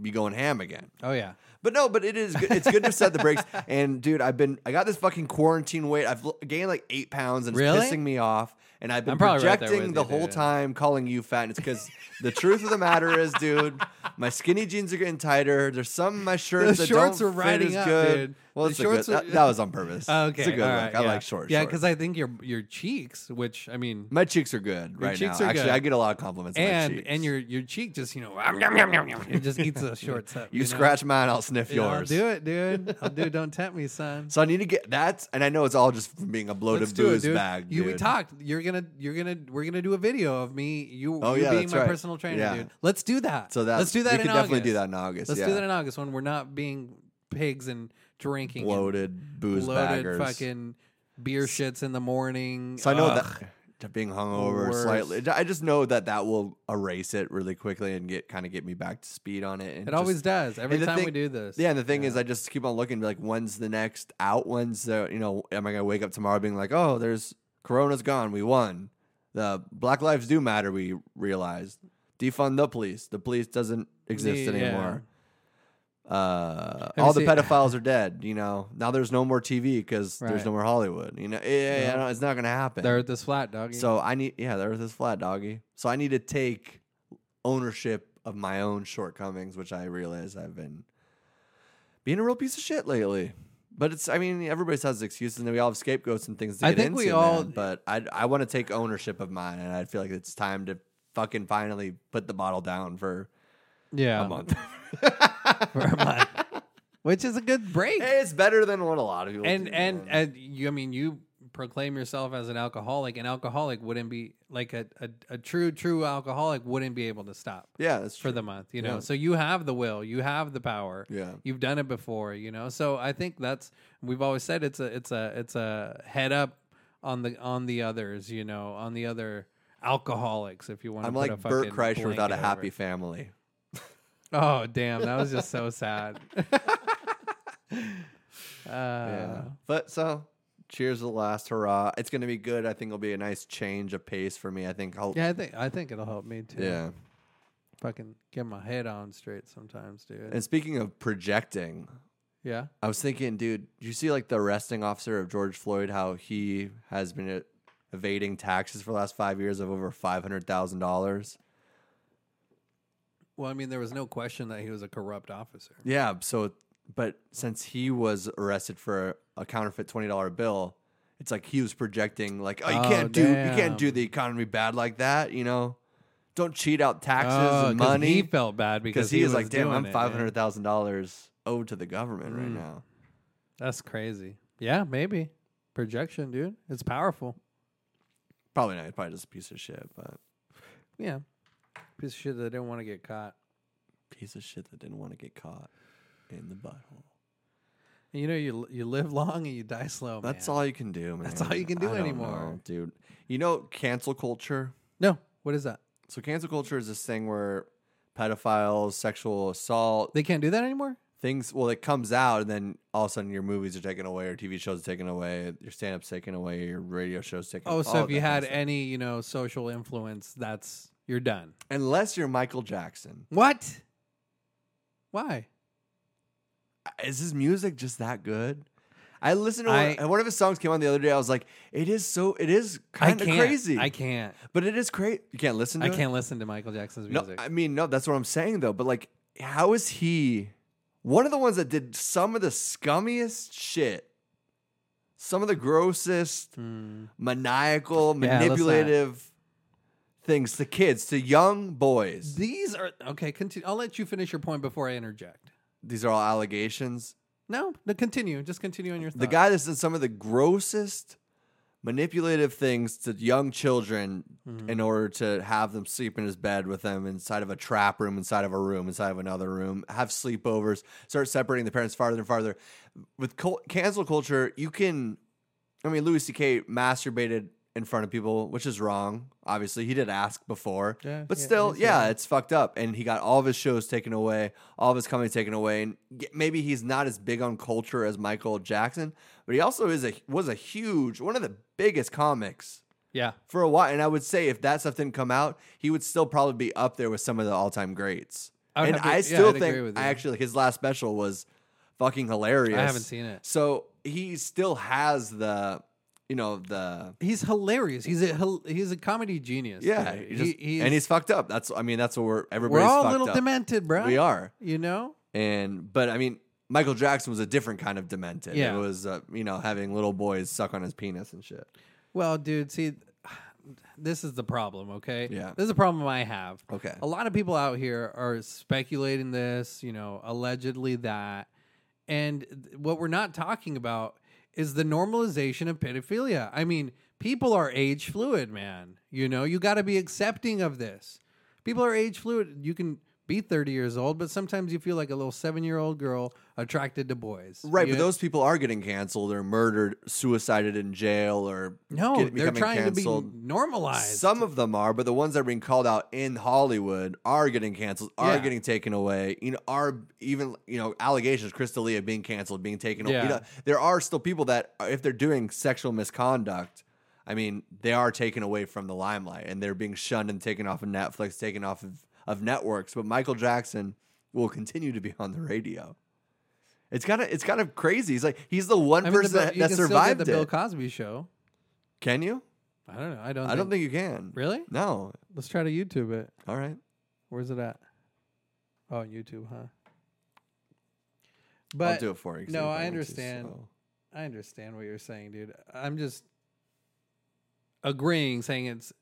Speaker 2: be going ham again
Speaker 1: Oh, yeah.
Speaker 2: but no, but it is good. It's good to set the brakes. And dude, I've been I got this fucking quarantine weight. I've l- gained like eight pounds and
Speaker 1: Really?
Speaker 2: it's pissing me off. And I've been
Speaker 1: I'm probably right there
Speaker 2: projecting
Speaker 1: with
Speaker 2: the
Speaker 1: you,
Speaker 2: whole
Speaker 1: dude.
Speaker 2: time calling you fat. And it's because the truth of the matter is, dude, my skinny jeans are getting tighter. There's some of my shirts
Speaker 1: The
Speaker 2: that
Speaker 1: shorts
Speaker 2: don't
Speaker 1: are
Speaker 2: fit
Speaker 1: riding
Speaker 2: as
Speaker 1: up,
Speaker 2: good.
Speaker 1: dude.
Speaker 2: Well,
Speaker 1: The
Speaker 2: it's a
Speaker 1: shorts
Speaker 2: good,
Speaker 1: are-
Speaker 2: that, that was on purpose.
Speaker 1: Oh, Okay.
Speaker 2: it's a good
Speaker 1: all
Speaker 2: look.
Speaker 1: right,
Speaker 2: I
Speaker 1: yeah.
Speaker 2: like short.
Speaker 1: Yeah,
Speaker 2: shorts.
Speaker 1: because I think your your cheeks, which, I mean,
Speaker 2: my cheeks are good right
Speaker 1: cheeks
Speaker 2: now.
Speaker 1: are
Speaker 2: Actually,
Speaker 1: good.
Speaker 2: I get a lot of compliments. on my
Speaker 1: and
Speaker 2: cheeks.
Speaker 1: and your your cheek just, you know, it just eats the shorts up.
Speaker 2: you
Speaker 1: know?
Speaker 2: scratch mine, I'll sniff
Speaker 1: Yeah, I'll
Speaker 2: yours.
Speaker 1: do it, dude. I'll do it. Don't tempt me, son.
Speaker 2: So I need to get that's and I know it's all just from being a bloated
Speaker 1: Let's do it,
Speaker 2: booze
Speaker 1: dude.
Speaker 2: bag.
Speaker 1: You we
Speaker 2: dude.
Speaker 1: talked. You're gonna you're gonna we're gonna do a video of me. You,
Speaker 2: Oh,
Speaker 1: you
Speaker 2: yeah,
Speaker 1: being
Speaker 2: that's
Speaker 1: my
Speaker 2: right.
Speaker 1: personal trainer,
Speaker 2: Yeah.
Speaker 1: dude. Let's do that.
Speaker 2: So that's
Speaker 1: let's do that.
Speaker 2: We
Speaker 1: in
Speaker 2: could definitely do
Speaker 1: August.
Speaker 2: that in August.
Speaker 1: Let's
Speaker 2: yeah.
Speaker 1: do that in August when we're not being pigs and drinking and
Speaker 2: Bloated booze
Speaker 1: loaded
Speaker 2: baggers.
Speaker 1: fucking beer shits in the morning.
Speaker 2: so I know
Speaker 1: Ugh.
Speaker 2: that to being hungover
Speaker 1: Worse.
Speaker 2: slightly. I just know that that will erase it really quickly and get kind of get me back to speed on it. And
Speaker 1: it always
Speaker 2: just-
Speaker 1: does. Every
Speaker 2: and the
Speaker 1: time we
Speaker 2: thing-
Speaker 1: do this,
Speaker 2: Yeah, and the thing is, I just keep on looking, like, when's the next out? When's the, you know, am I gonna wake up tomorrow being like, oh, there's Corona's gone, we won. The Black Lives Do Matter, we realized. Defund the police. The police doesn't exist
Speaker 1: Yeah.
Speaker 2: anymore. Uh,
Speaker 1: you
Speaker 2: all the
Speaker 1: seen-
Speaker 2: pedophiles are dead. You know, now there's no more TV because there's
Speaker 1: Right.
Speaker 2: no more Hollywood. You know, yeah, yeah, yeah, no, it's not gonna happen.
Speaker 1: the earth is flat, doggy.
Speaker 2: So I need, yeah, the earth is flat, doggy. So I need to take ownership of my own shortcomings, which I realize I've been being a real piece of shit lately. But it's, I mean, everybody has excuses, and we all have scapegoats and things to
Speaker 1: I
Speaker 2: get
Speaker 1: think
Speaker 2: into.
Speaker 1: we all-
Speaker 2: man. but I, I want to take ownership of mine, and I feel like it's time to fucking finally put the bottle down for
Speaker 1: yeah,
Speaker 2: a month.
Speaker 1: for a month, which is a good break.
Speaker 2: Hey, it's better than what a lot of people
Speaker 1: and
Speaker 2: do,
Speaker 1: and
Speaker 2: man.
Speaker 1: and you, I mean, you proclaim yourself as an alcoholic. An alcoholic wouldn't be like a a, a true true alcoholic wouldn't be able to stop
Speaker 2: yeah, that's true.
Speaker 1: for the month. You know,
Speaker 2: Yeah.
Speaker 1: so you have the will, you have the power.
Speaker 2: Yeah.
Speaker 1: you've done it before. You know, so I think that's we've always said it's a it's a it's a head up on the on the others. You know, on the other alcoholics. If you want,
Speaker 2: I'm
Speaker 1: to
Speaker 2: like
Speaker 1: put a
Speaker 2: Bert
Speaker 1: fucking
Speaker 2: Kreischer without
Speaker 1: blanket
Speaker 2: a
Speaker 1: over
Speaker 2: happy
Speaker 1: it.
Speaker 2: family.
Speaker 1: Oh damn, that was just so sad. uh,
Speaker 2: Yeah. Uh, But so, cheers to the last hurrah. It's going to be good. I think it'll be a nice change of pace for me. I think I'll.
Speaker 1: Yeah, I think I think it'll help me too.
Speaker 2: yeah.
Speaker 1: Fucking get my head on straight sometimes, dude.
Speaker 2: And speaking of projecting,
Speaker 1: yeah.
Speaker 2: I was thinking, dude, did you see like the arresting officer of George Floyd, how he has been uh, evading taxes for the last five years of over $500,000?
Speaker 1: Well, I mean, there was no question that he was a corrupt officer.
Speaker 2: Yeah. So, but since he was arrested for a counterfeit twenty dollar bill, it's like he was projecting like, oh, you
Speaker 1: Oh,
Speaker 2: can't do you
Speaker 1: damn.
Speaker 2: can't do the economy bad like that, you know. Don't cheat out taxes
Speaker 1: Oh,
Speaker 2: and
Speaker 1: 'cause
Speaker 2: money
Speaker 1: He felt bad because
Speaker 2: because he, was, like, damn,
Speaker 1: doing
Speaker 2: I'm
Speaker 1: it, Mm.
Speaker 2: five
Speaker 1: man.
Speaker 2: hundred thousand dollars owed to the government right now.
Speaker 1: That's crazy. Yeah, maybe projection, dude. It's powerful.
Speaker 2: Probably not. Probably just a piece of shit, but
Speaker 1: Yeah, piece of shit that didn't want to get caught.
Speaker 2: piece of shit that didn't want to get caught in the butthole.
Speaker 1: You know, you you live long and you die slow.
Speaker 2: That's
Speaker 1: man.
Speaker 2: all you can do, man.
Speaker 1: That's all you can do
Speaker 2: I don't
Speaker 1: anymore.
Speaker 2: know, dude. You know, cancel culture.
Speaker 1: No, what is that?
Speaker 2: So cancel culture is this thing where pedophiles, sexual assault,
Speaker 1: They can't do that anymore.
Speaker 2: things. Well, it comes out, and then all of a sudden, your movies are taken away, your TV shows are taken away, your stand up's taken away, your radio shows taken.
Speaker 1: Oh,
Speaker 2: all
Speaker 1: so
Speaker 2: of
Speaker 1: if you
Speaker 2: that kind
Speaker 1: had
Speaker 2: of stuff.
Speaker 1: any, you know, social influence, that's you're done.
Speaker 2: unless you're Michael Jackson,
Speaker 1: What? Why?
Speaker 2: is his music just that good? I listened to
Speaker 1: I-
Speaker 2: one, and one of his songs came on the other day. I was like, it is so, it is kind
Speaker 1: I
Speaker 2: of
Speaker 1: can't.
Speaker 2: crazy,
Speaker 1: I can't.
Speaker 2: but it is crazy. You can't listen. To
Speaker 1: I
Speaker 2: it?
Speaker 1: can't listen to Michael Jackson's
Speaker 2: No,
Speaker 1: music.
Speaker 2: I mean, no, that's what I'm saying though. But like, how is he one of the ones that did some of the scummiest shit? Some of the grossest, maniacal,
Speaker 1: Hmm. Yeah, let's not.
Speaker 2: manipulative things to kids, to young boys.
Speaker 1: These are okay. Continue. I'll let you finish your point before I interject.
Speaker 2: These are all allegations.
Speaker 1: No, no. Continue. Just continue on your. Thought.
Speaker 2: The guy that's done some of the grossest, manipulative things to young children in order to have them sleep in his bed with them inside of a trap room, inside of a room, inside of another room, have sleepovers, start separating the parents farther and farther. With cul- cancel culture, you can, I mean, Louis C.K. masturbated in front of people, which is wrong. Obviously, he did ask before,
Speaker 1: Yeah,
Speaker 2: but
Speaker 1: yeah,
Speaker 2: still,
Speaker 1: he's-
Speaker 2: yeah, it's fucked up. And he got all of his shows taken away, all of his comedy taken away. And y- maybe he's not as big on culture as Michael Jackson, but he also is a was a huge one of the biggest comics
Speaker 1: Yeah.
Speaker 2: for a while. And I would say if that stuff didn't come out, he would still probably be up there with some of the all time greats.
Speaker 1: I would
Speaker 2: and
Speaker 1: have to-
Speaker 2: I
Speaker 1: yeah,
Speaker 2: still
Speaker 1: I'd agree
Speaker 2: think
Speaker 1: with
Speaker 2: I
Speaker 1: you.
Speaker 2: actually his last special was fucking hilarious.
Speaker 1: I haven't seen it.
Speaker 2: So he still has the you know the
Speaker 1: He's hilarious. He's a hil- he's a comedy genius.
Speaker 2: yeah,
Speaker 1: dude.
Speaker 2: he just-
Speaker 1: He- he's-
Speaker 2: and he's fucked up. That's I mean that's what we're
Speaker 1: we're
Speaker 2: everybody's
Speaker 1: all a
Speaker 2: fucked
Speaker 1: little
Speaker 2: up.
Speaker 1: demented, bro.
Speaker 2: We are.
Speaker 1: You know.
Speaker 2: and but I mean, Michael Jackson was a different kind of demented.
Speaker 1: Yeah.
Speaker 2: It was uh, you know having little boys suck on his penis and shit.
Speaker 1: Well, dude, see, this is the problem, okay?
Speaker 2: Yeah.
Speaker 1: This is a problem I have.
Speaker 2: Okay.
Speaker 1: A lot of people out here are speculating this, you know, allegedly that. And th- what we're not talking about is the normalization of pedophilia. I mean, people are age fluid, man. You know, you got to be accepting of this. People are age fluid. You can be 30 years old, but sometimes you feel like a little seven year old girl attracted to boys.
Speaker 2: Right,
Speaker 1: You-
Speaker 2: but those people are getting canceled or murdered, suicided in jail, or
Speaker 1: No,
Speaker 2: get-
Speaker 1: they're
Speaker 2: becoming
Speaker 1: trying to
Speaker 2: canceled.
Speaker 1: be normalized.
Speaker 2: Some of them are, but the ones that are being called out in Hollywood are getting canceled, are
Speaker 1: Yeah.
Speaker 2: getting taken away. You know, are even you know allegations, Crystalia being canceled, being taken away.
Speaker 1: Yeah.
Speaker 2: You know, there are still people that, are- if they're doing sexual misconduct, I mean, they are taken away from the limelight and they're being shunned and taken off of Netflix, taken off of, of networks. But Michael Jackson will continue to be on the radio. It's kind of it's kind of crazy. He's like he's the one
Speaker 1: I mean, the
Speaker 2: person
Speaker 1: Bill-
Speaker 2: that,
Speaker 1: you
Speaker 2: that
Speaker 1: can
Speaker 2: survived
Speaker 1: still get the
Speaker 2: it.
Speaker 1: Bill Cosby show.
Speaker 2: can you?
Speaker 1: I don't know. I don't.
Speaker 2: I don't think you can.
Speaker 1: Really?
Speaker 2: No.
Speaker 1: Let's try to YouTube it.
Speaker 2: All right.
Speaker 1: Where's it at? Oh, YouTube, huh?
Speaker 2: I'll
Speaker 1: But
Speaker 2: do it for you. 'cause
Speaker 1: no,
Speaker 2: you're
Speaker 1: I
Speaker 2: going to,
Speaker 1: understand.
Speaker 2: so.
Speaker 1: I understand what you're saying, dude. I'm just agreeing, saying it's.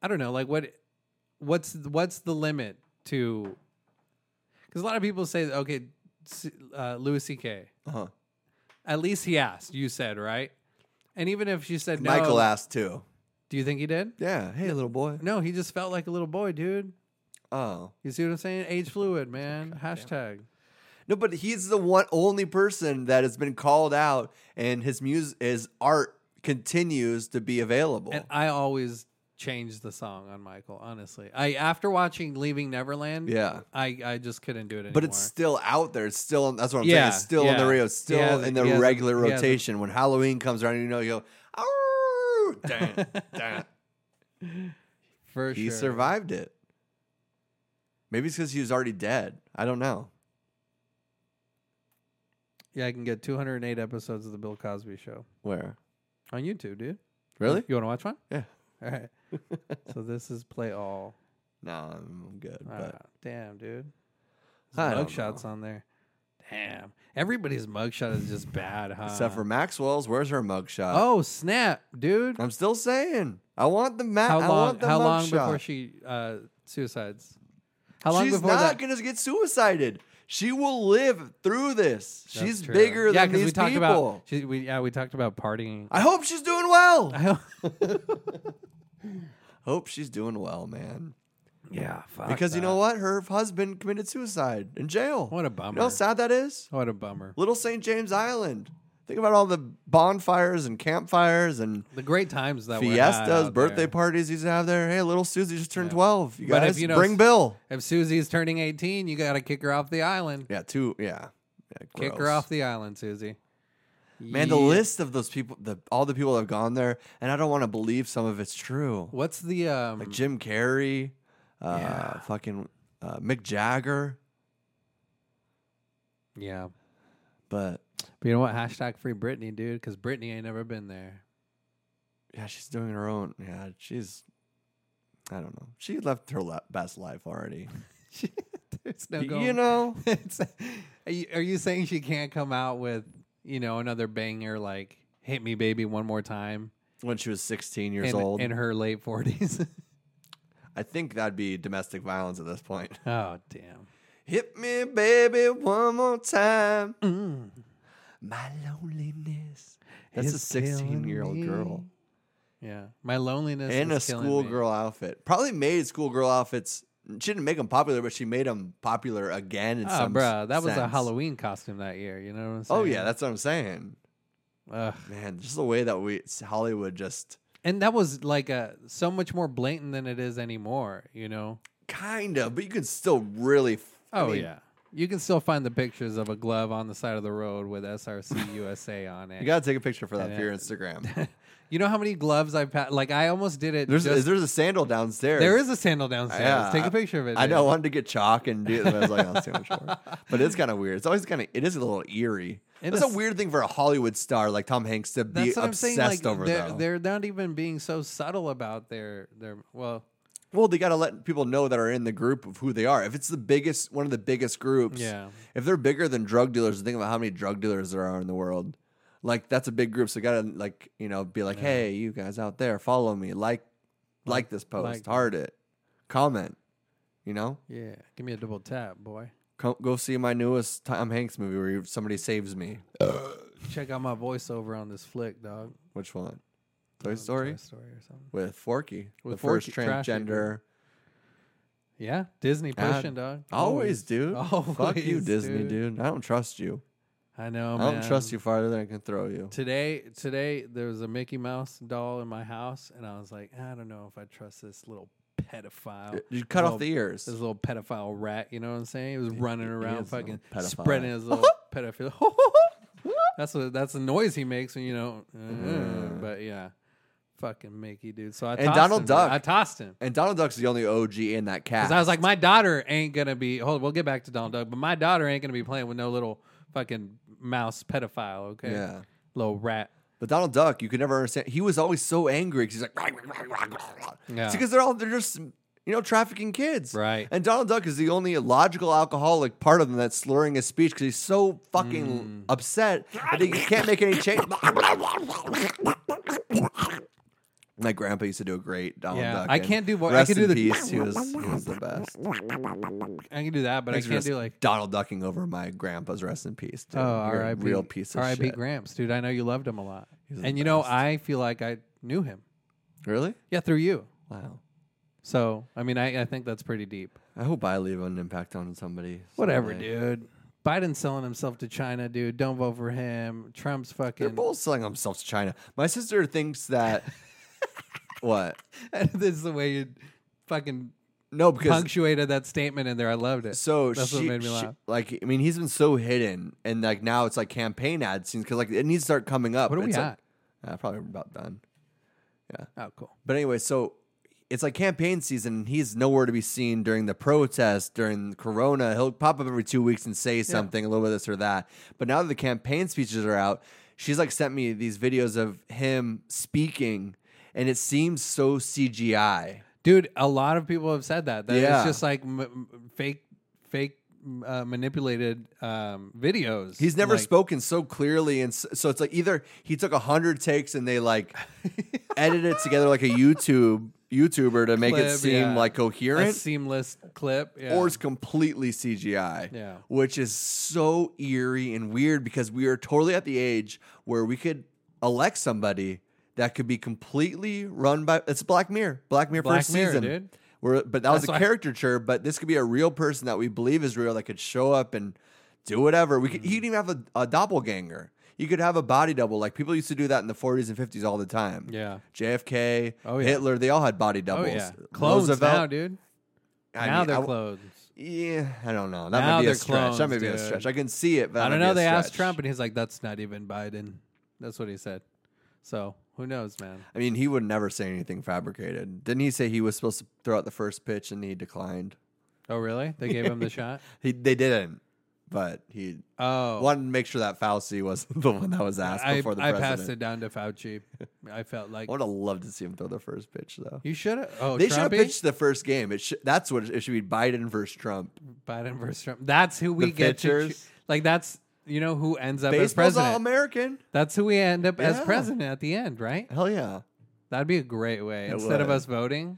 Speaker 1: I don't know, like what, what's what's the limit to? Because a lot of people say, okay, C- uh, Louis C.K.
Speaker 2: Uh-huh.
Speaker 1: At least he asked. You said right, and even if she said no,
Speaker 2: Michael asked too.
Speaker 1: do you think he did?
Speaker 2: Yeah. Hey, little boy.
Speaker 1: No, he just felt like a little boy, dude.
Speaker 2: Oh
Speaker 1: You see what I'm saying? Age fluid, man. Hashtag.
Speaker 2: no, but he's the one only person that has been called out, and his music, his art continues to be available.
Speaker 1: And I always change the song on Michael. Honestly, I after watching Leaving Neverland,
Speaker 2: Yeah.
Speaker 1: I I just couldn't do it anymore.
Speaker 2: but it's still out there. It's still that's what I'm
Speaker 1: Yeah,
Speaker 2: saying. It's still on the
Speaker 1: yeah.
Speaker 2: radio. It's still
Speaker 1: He has-
Speaker 2: in
Speaker 1: he
Speaker 2: the
Speaker 1: has-
Speaker 2: regular
Speaker 1: he has-
Speaker 2: rotation. when Halloween comes around, you know you go, oh, damn, damn.
Speaker 1: for
Speaker 2: He
Speaker 1: sure.
Speaker 2: survived it. Maybe it's because he was already dead. I don't know.
Speaker 1: Yeah, I can get 208 episodes of the Bill Cosby Show
Speaker 2: Where?
Speaker 1: on YouTube, dude.
Speaker 2: Really?
Speaker 1: You want to watch one?
Speaker 2: Yeah.
Speaker 1: All right. so this is play all.
Speaker 2: No, I'm good.
Speaker 1: Ah,
Speaker 2: But
Speaker 1: damn, dude.
Speaker 2: I don't
Speaker 1: Mugshots on there. Damn. Everybody's mugshot is just bad, huh?
Speaker 2: Except for Maxwell's. Where's her mugshot?
Speaker 1: oh snap, dude.
Speaker 2: I'm still saying. I want the map.
Speaker 1: How
Speaker 2: I
Speaker 1: long?
Speaker 2: want the
Speaker 1: How long
Speaker 2: mugshot.
Speaker 1: before she uh, suicides? How long
Speaker 2: She's
Speaker 1: before
Speaker 2: not
Speaker 1: that?
Speaker 2: going to get suicided. She will live through this.
Speaker 1: That's
Speaker 2: she's
Speaker 1: true.
Speaker 2: bigger
Speaker 1: yeah,
Speaker 2: than
Speaker 1: 'cause
Speaker 2: these
Speaker 1: we talked
Speaker 2: people.
Speaker 1: About, she, we, yeah, we talked about partying.
Speaker 2: I hope she's doing well.
Speaker 1: I don't-
Speaker 2: hope she's doing well, man.
Speaker 1: Yeah, fuck
Speaker 2: because you
Speaker 1: that.
Speaker 2: know what? Her husband committed suicide in jail.
Speaker 1: What a
Speaker 2: You
Speaker 1: bummer.
Speaker 2: know how sad that is?
Speaker 1: What a bummer.
Speaker 2: Little St. James Island. Think about all the bonfires and campfires and
Speaker 1: The great times that we had
Speaker 2: fiestas,
Speaker 1: out
Speaker 2: birthday
Speaker 1: there.
Speaker 2: parties you used to have there. Hey, little Susie just turned
Speaker 1: Yeah.
Speaker 2: 12. You
Speaker 1: But if
Speaker 2: guys,
Speaker 1: you know-
Speaker 2: bring Bill.
Speaker 1: If Susie's turning 18, you got to kick her off the island.
Speaker 2: Yeah, two. Yeah. yeah
Speaker 1: Kick her
Speaker 2: gross.
Speaker 1: off the island, Susie.
Speaker 2: Man, the
Speaker 1: Ye-
Speaker 2: list of those people, the, all the people that have gone there, and I don't want to believe some of it's true.
Speaker 1: What's the um?
Speaker 2: Like Jim Carrey, uh,
Speaker 1: Yeah.
Speaker 2: fucking uh, Mick Jagger,
Speaker 1: yeah,
Speaker 2: but
Speaker 1: but you know what? Hashtag free Britney, dude, because Britney ain't never been there.
Speaker 2: yeah, she's doing her own. Yeah, she's. I don't know. She left her la- best life already.
Speaker 1: There's no
Speaker 2: Y-
Speaker 1: going.
Speaker 2: you know,
Speaker 1: It's- are, you, are you saying she can't come out with you know another banger like "Hit Me, Baby, One More Time"
Speaker 2: when she was 16 years
Speaker 1: in,
Speaker 2: old,
Speaker 1: in her late forties?
Speaker 2: I think that'd be domestic violence at this point.
Speaker 1: oh damn!
Speaker 2: Hit me, baby, one more time. My loneliness. Mm. That's a
Speaker 1: It's killing
Speaker 2: 16 year old
Speaker 1: me.
Speaker 2: girl
Speaker 1: Yeah, my loneliness
Speaker 2: in a
Speaker 1: is killing me.
Speaker 2: schoolgirl outfit. Probably made schoolgirl outfits. She didn't make them popular, but she made them popular again. In
Speaker 1: Oh,
Speaker 2: some
Speaker 1: bruh, that was a
Speaker 2: sense.
Speaker 1: Halloween costume that year. You know what I'm saying?
Speaker 2: Oh yeah, that's what I'm saying.
Speaker 1: Ugh.
Speaker 2: Man, just the way that we Hollywood just
Speaker 1: and that was like a so much more blatant than it is anymore. You know?
Speaker 2: kind of, but you can still really. f- I
Speaker 1: Oh
Speaker 2: mean,
Speaker 1: yeah, you can still find the pictures of a glove on the side of the road with SRC USA on it.
Speaker 2: You gotta take a picture for that
Speaker 1: And
Speaker 2: for your
Speaker 1: it-
Speaker 2: Instagram.
Speaker 1: You know how many gloves I've had? Like I almost did it.
Speaker 2: There's
Speaker 1: just,
Speaker 2: there's a sandal downstairs.
Speaker 1: there is a sandal downstairs.
Speaker 2: Yeah,
Speaker 1: Take
Speaker 2: I-
Speaker 1: a picture of it.
Speaker 2: I
Speaker 1: dude.
Speaker 2: know. I wanted to get chalk and do it, but I was like, oh, that's too much work. But it's kind of weird. It's always kind of. It is a little eerie.
Speaker 1: It
Speaker 2: It's a
Speaker 1: is-
Speaker 2: weird thing for a Hollywood star like Tom Hanks to be
Speaker 1: That's what I'm
Speaker 2: obsessed
Speaker 1: saying. Like
Speaker 2: over.
Speaker 1: they're,
Speaker 2: though.
Speaker 1: they're not even being so subtle about their their. Well,
Speaker 2: Well, they got to let people know that are in the group of who they are. If it's the biggest, one of the biggest groups,
Speaker 1: Yeah.
Speaker 2: If they're bigger than drug dealers, think about how many drug dealers there are in the world. Like that's a big group, so got to like you know be like, hey, you guys out there, follow me, like, like, this post,
Speaker 1: like-
Speaker 2: heart it, comment, you know.
Speaker 1: yeah. Give me a double tap, boy.
Speaker 2: Come, go see my newest Tom Hanks movie where somebody saves me.
Speaker 1: Check out my voiceover on this flick, dog. Um,
Speaker 2: Which one? Toy
Speaker 1: Toy
Speaker 2: Story
Speaker 1: Story or something.
Speaker 2: with Forky,
Speaker 1: With
Speaker 2: the first
Speaker 1: Forky, trashy, dude.
Speaker 2: transgender.
Speaker 1: Yeah, Disney
Speaker 2: God.
Speaker 1: pushing, dog.
Speaker 2: Always, dude. Fuck you,
Speaker 1: Always,
Speaker 2: Disney, dude. I don't trust you.
Speaker 1: I know.
Speaker 2: I don't
Speaker 1: man.
Speaker 2: trust you farther than I can throw you.
Speaker 1: Today, today there was a Mickey Mouse doll in my house, and I was like, I don't know if I trust this little pedophile.
Speaker 2: You cut
Speaker 1: Little-
Speaker 2: off the ears.
Speaker 1: This little pedophile rat, you know what I'm saying? He was running around,
Speaker 2: is a little
Speaker 1: fucking
Speaker 2: pedophile.
Speaker 1: spreading his little pedophile. that's what that's the noise he makes when you know. but yeah, fucking Mickey, dude. So I
Speaker 2: Mm. And
Speaker 1: tossed
Speaker 2: Donald
Speaker 1: him, dude.
Speaker 2: Duck.
Speaker 1: I tossed him.
Speaker 2: And Donald Duck's the only OG in that cast.
Speaker 1: Because I was like, my daughter ain't gonna be. Hold, we'll get back to Donald Duck, but my daughter ain't gonna be playing with no little fucking mouse pedophile. Okay,
Speaker 2: Yeah.
Speaker 1: little rat.
Speaker 2: but Donald Duck, you could never understand. He was always so angry because he's like,
Speaker 1: Yeah.
Speaker 2: because they're all they're just you know trafficking kids,
Speaker 1: Right.
Speaker 2: And Donald Duck is the only logical alcoholic part of them that's slurring his speech because he's so
Speaker 1: Mm.
Speaker 2: fucking upset that he can't make any change. My grandpa used to do a great Donald
Speaker 1: Yeah,
Speaker 2: Duck.
Speaker 1: I
Speaker 2: and
Speaker 1: can't do what- I
Speaker 2: Rest
Speaker 1: can do
Speaker 2: in
Speaker 1: the-
Speaker 2: peace. He was, he was the best.
Speaker 1: I can do that, but I
Speaker 2: Thanks for
Speaker 1: can't
Speaker 2: just
Speaker 1: do like.
Speaker 2: Donald ducking over my grandpa's rest in peace. Dude.
Speaker 1: Oh,
Speaker 2: You're a
Speaker 1: R.I.P.
Speaker 2: real piece of
Speaker 1: R.I.P.
Speaker 2: shit.
Speaker 1: Gramps, dude. I know you loved him a lot,
Speaker 2: He's the
Speaker 1: and you know
Speaker 2: best.
Speaker 1: I feel like I knew him.
Speaker 2: Really?
Speaker 1: Yeah, through you.
Speaker 2: Wow.
Speaker 1: So I mean, I, I think that's pretty deep.
Speaker 2: I hope I leave an impact on somebody.
Speaker 1: Whatever,
Speaker 2: someday.
Speaker 1: dude. Biden's selling himself to China, dude. Don't vote for him. Trump's
Speaker 2: They're
Speaker 1: fucking.
Speaker 2: both selling themselves to China. My sister thinks that. what?
Speaker 1: this is the way you fucking
Speaker 2: No, because
Speaker 1: punctuated that statement in there. I loved it.
Speaker 2: so
Speaker 1: that's
Speaker 2: she,
Speaker 1: what made me
Speaker 2: she-
Speaker 1: laugh.
Speaker 2: like I mean, he's been so hidden, and like now it's like campaign ad scenes because like it needs to start coming up.
Speaker 1: What are we
Speaker 2: it's like,
Speaker 1: at?
Speaker 2: Uh, probably about done.
Speaker 1: Oh, cool.
Speaker 2: But anyway, so it's like campaign season. and He's nowhere to be seen during the protest, during Corona. He'll pop up every two weeks and say something, a little bit of this or that. But now that the campaign speeches are out, she's like sent me these videos of him speaking, and it seems so CGI.
Speaker 1: Dude, a lot of people have said that. That
Speaker 2: Yeah.
Speaker 1: it's just like m- m- fake, fake uh, manipulated um, videos.
Speaker 2: He's never
Speaker 1: Like,
Speaker 2: spoken so clearly, and so, so it's like either he took a hundred takes and they like edited it together like a YouTube YouTuber to make it
Speaker 1: Clip,
Speaker 2: seem
Speaker 1: yeah.
Speaker 2: like
Speaker 1: a
Speaker 2: coherent,
Speaker 1: seamless clip. Yeah.
Speaker 2: or it's completely CGI.
Speaker 1: Yeah.
Speaker 2: Which is so eerie and weird because we are totally at the age where we could elect somebody that could be completely run by it's Black Mirror. Black Mirror
Speaker 1: Black
Speaker 2: first
Speaker 1: Mirror,
Speaker 2: season.
Speaker 1: dude.
Speaker 2: We're, but that was
Speaker 1: That's
Speaker 2: a
Speaker 1: why-
Speaker 2: caricature. But this could be a real person that we believe is real that could show up and do whatever. We could.
Speaker 1: Mm.
Speaker 2: You could even have a, a doppelganger. You could have a body double. Like people used to do that in the 40s and 50s all the time.
Speaker 1: Yeah.
Speaker 2: JFK,
Speaker 1: Oh, yeah.
Speaker 2: Hitler, they all had body
Speaker 1: Oh
Speaker 2: doubles.
Speaker 1: yeah, clones
Speaker 2: Roosevelt-
Speaker 1: now, dude.
Speaker 2: I
Speaker 1: now
Speaker 2: mean,
Speaker 1: they're
Speaker 2: I-
Speaker 1: clones.
Speaker 2: Yeah, I don't know. That
Speaker 1: Now
Speaker 2: might be
Speaker 1: they're
Speaker 2: a stretch. that
Speaker 1: clones,
Speaker 2: might be a
Speaker 1: dude.
Speaker 2: stretch. I can see it, but
Speaker 1: I
Speaker 2: that
Speaker 1: don't
Speaker 2: might be
Speaker 1: know.
Speaker 2: a
Speaker 1: They asked
Speaker 2: stretch.
Speaker 1: Trump, and he's like, "That's not even Biden." That's what he said. So who knows, man?
Speaker 2: I mean, he would never say anything fabricated. Didn't he say he was supposed to throw out the first pitch and he declined?
Speaker 1: Oh really? They gave him the shot.
Speaker 2: He they didn't, but he
Speaker 1: Oh,
Speaker 2: wanted to make sure that Fauci wasn't the one that was asked
Speaker 1: I,
Speaker 2: before the
Speaker 1: I
Speaker 2: president.
Speaker 1: passed it down to Fauci. I felt like
Speaker 2: I would have loved to see him throw the first pitch though.
Speaker 1: you should have. Oh,
Speaker 2: They should have
Speaker 1: Trumpy?
Speaker 2: pitched the first game. It sh- that's what it should be: Biden versus Trump.
Speaker 1: Biden versus Trump. That's who we get to.
Speaker 2: pitchers.
Speaker 1: choo- Like that's you know who ends up as
Speaker 2: Baseball's
Speaker 1: president.
Speaker 2: all American.
Speaker 1: that's who we end up as
Speaker 2: Yeah.
Speaker 1: president at the end, right?
Speaker 2: Hell yeah!
Speaker 1: That'd be a great way.
Speaker 2: It
Speaker 1: Instead of
Speaker 2: would.
Speaker 1: us voting,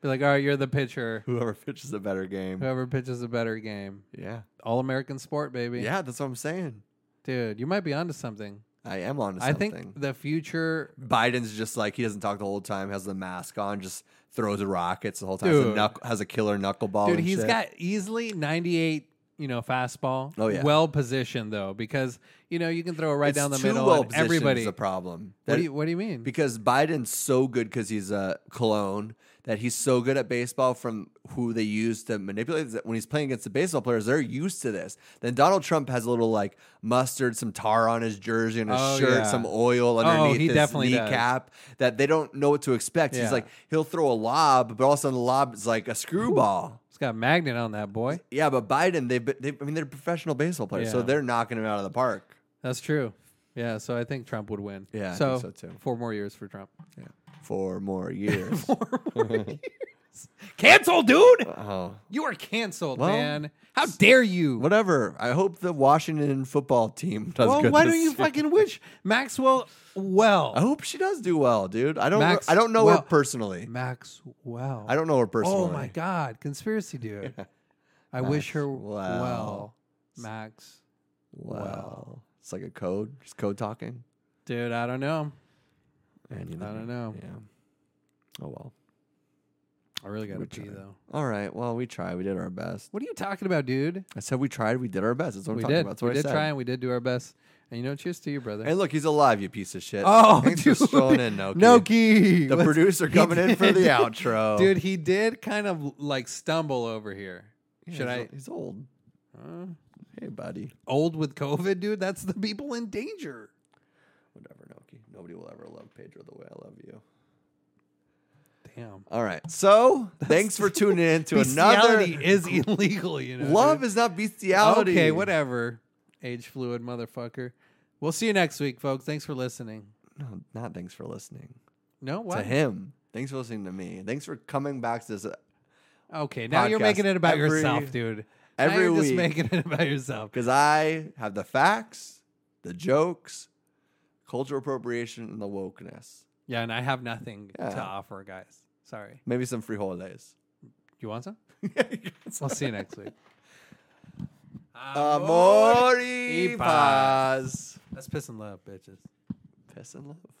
Speaker 1: be like, all right, you're the pitcher.
Speaker 2: Whoever pitches a better game.
Speaker 1: Whoever pitches a better game,
Speaker 2: Yeah,
Speaker 1: all American sport, baby.
Speaker 2: yeah. That's what I'm saying.
Speaker 1: dude, you might be onto something.
Speaker 2: I am on.
Speaker 1: I think the future.
Speaker 2: Biden's just like he doesn't talk the whole time, has the mask on, just throws rockets the whole time. Has a,
Speaker 1: Dude.
Speaker 2: knuck- has a killer knuckleball.
Speaker 1: Dude,
Speaker 2: and
Speaker 1: he's
Speaker 2: shit.
Speaker 1: got easily 98, you know, fastball.
Speaker 2: Oh, yeah.
Speaker 1: Well positioned, though, because, you know, you can throw it right
Speaker 2: It's
Speaker 1: down the
Speaker 2: too
Speaker 1: middle.
Speaker 2: Well
Speaker 1: and
Speaker 2: positioned
Speaker 1: everybody.
Speaker 2: is the problem.
Speaker 1: what,
Speaker 2: That-
Speaker 1: do you, what do you mean?
Speaker 2: because Biden's so good because he's a clone that he's so good at baseball from who they use to manipulate that when he's playing against the baseball players, they're used to this. Then Donald Trump has a little like mustard, some tar on his jersey and his
Speaker 1: Oh,
Speaker 2: shirt,
Speaker 1: yeah.
Speaker 2: some oil underneath
Speaker 1: he
Speaker 2: his
Speaker 1: definitely does.
Speaker 2: kneecap that they don't know what to expect.
Speaker 1: Yeah.
Speaker 2: He's like, he'll throw a lob, but all of a sudden the lob is like a screwball.
Speaker 1: He's got a magnet on that boy.
Speaker 2: Yeah, but Biden, they've, been- they, I mean, they're professional baseball players, so
Speaker 1: Yeah.
Speaker 2: they're knocking him out of the park.
Speaker 1: That's true. Yeah, so I think Trump would win.
Speaker 2: Yeah, I
Speaker 1: so,
Speaker 2: think so, too.
Speaker 1: four more years for Trump.
Speaker 2: Yeah. Four more years.
Speaker 1: Cancel, dude.
Speaker 2: oh.
Speaker 1: You are canceled,
Speaker 2: Well,
Speaker 1: man. How dare you?
Speaker 2: Whatever. I hope the Washington football team does
Speaker 1: well,
Speaker 2: good.
Speaker 1: why
Speaker 2: this
Speaker 1: don't you
Speaker 2: year.
Speaker 1: fucking wish Maxwell
Speaker 2: I
Speaker 1: well?
Speaker 2: hope she does do well, dude. I don't.
Speaker 1: Max-
Speaker 2: I don't know
Speaker 1: well-
Speaker 2: her personally.
Speaker 1: Maxwell.
Speaker 2: I don't know her personally.
Speaker 1: Oh my god, conspiracy dude. I wish her
Speaker 2: Wow.
Speaker 1: well, Max.
Speaker 2: Wow. It's like a code. Just code talking.
Speaker 1: Dude, I don't know.
Speaker 2: And you
Speaker 1: I don't know.
Speaker 2: Yeah. Oh well.
Speaker 1: I really gotta
Speaker 2: We
Speaker 1: pee
Speaker 2: tried.
Speaker 1: though.
Speaker 2: All right. Well, we tried. We did our best.
Speaker 1: What are you talking about, dude?
Speaker 2: I said we tried. We did our best. That's what
Speaker 1: we
Speaker 2: I'm talking
Speaker 1: did.
Speaker 2: about. That's
Speaker 1: we
Speaker 2: what I
Speaker 1: did
Speaker 2: said.
Speaker 1: try and we did do our best. And you know, cheers to you, brother.
Speaker 2: And look, he's alive. You piece of shit.
Speaker 1: oh,
Speaker 2: Thanks
Speaker 1: dude.
Speaker 2: for strolling in, Noki.
Speaker 1: Noki.
Speaker 2: The
Speaker 1: Let's-
Speaker 2: producer
Speaker 1: he
Speaker 2: coming in for the
Speaker 1: did.
Speaker 2: outro.
Speaker 1: Dude, he did kind of like stumble over here.
Speaker 2: Yeah,
Speaker 1: Should
Speaker 2: he's-
Speaker 1: I?
Speaker 2: He's old.
Speaker 1: Uh,
Speaker 2: Hey, buddy.
Speaker 1: old with COVID, dude. That's the people in danger.
Speaker 2: Whatever, Noki. Nobody will ever love Pedro the way I love you.
Speaker 1: Damn.
Speaker 2: All right. So thanks for tuning in to another.
Speaker 1: Bestiality is illegal, you know.
Speaker 2: Love
Speaker 1: dude.
Speaker 2: is not bestiality.
Speaker 1: Okay, whatever. Age fluid, motherfucker. We'll see you next week, folks. Thanks for listening.
Speaker 2: No, not thanks for listening
Speaker 1: No,
Speaker 2: to
Speaker 1: what?
Speaker 2: him. Thanks for listening to me. Thanks for coming back to this. uh,
Speaker 1: Okay, now you're
Speaker 2: Podcast
Speaker 1: making it about
Speaker 2: every-
Speaker 1: yourself, dude. now
Speaker 2: every
Speaker 1: you're just
Speaker 2: week.
Speaker 1: making it about yourself.
Speaker 2: Because I have the facts, the jokes, cultural appropriation, and the wokeness.
Speaker 1: Yeah, and I have nothing to
Speaker 2: Yeah.
Speaker 1: offer, guys. Sorry.
Speaker 2: Maybe some frijoles.
Speaker 1: You want some?
Speaker 2: Amor
Speaker 1: I'll see you next week.
Speaker 2: y
Speaker 1: y
Speaker 2: paz.
Speaker 1: That's piss and love, bitches.
Speaker 2: Piss and love.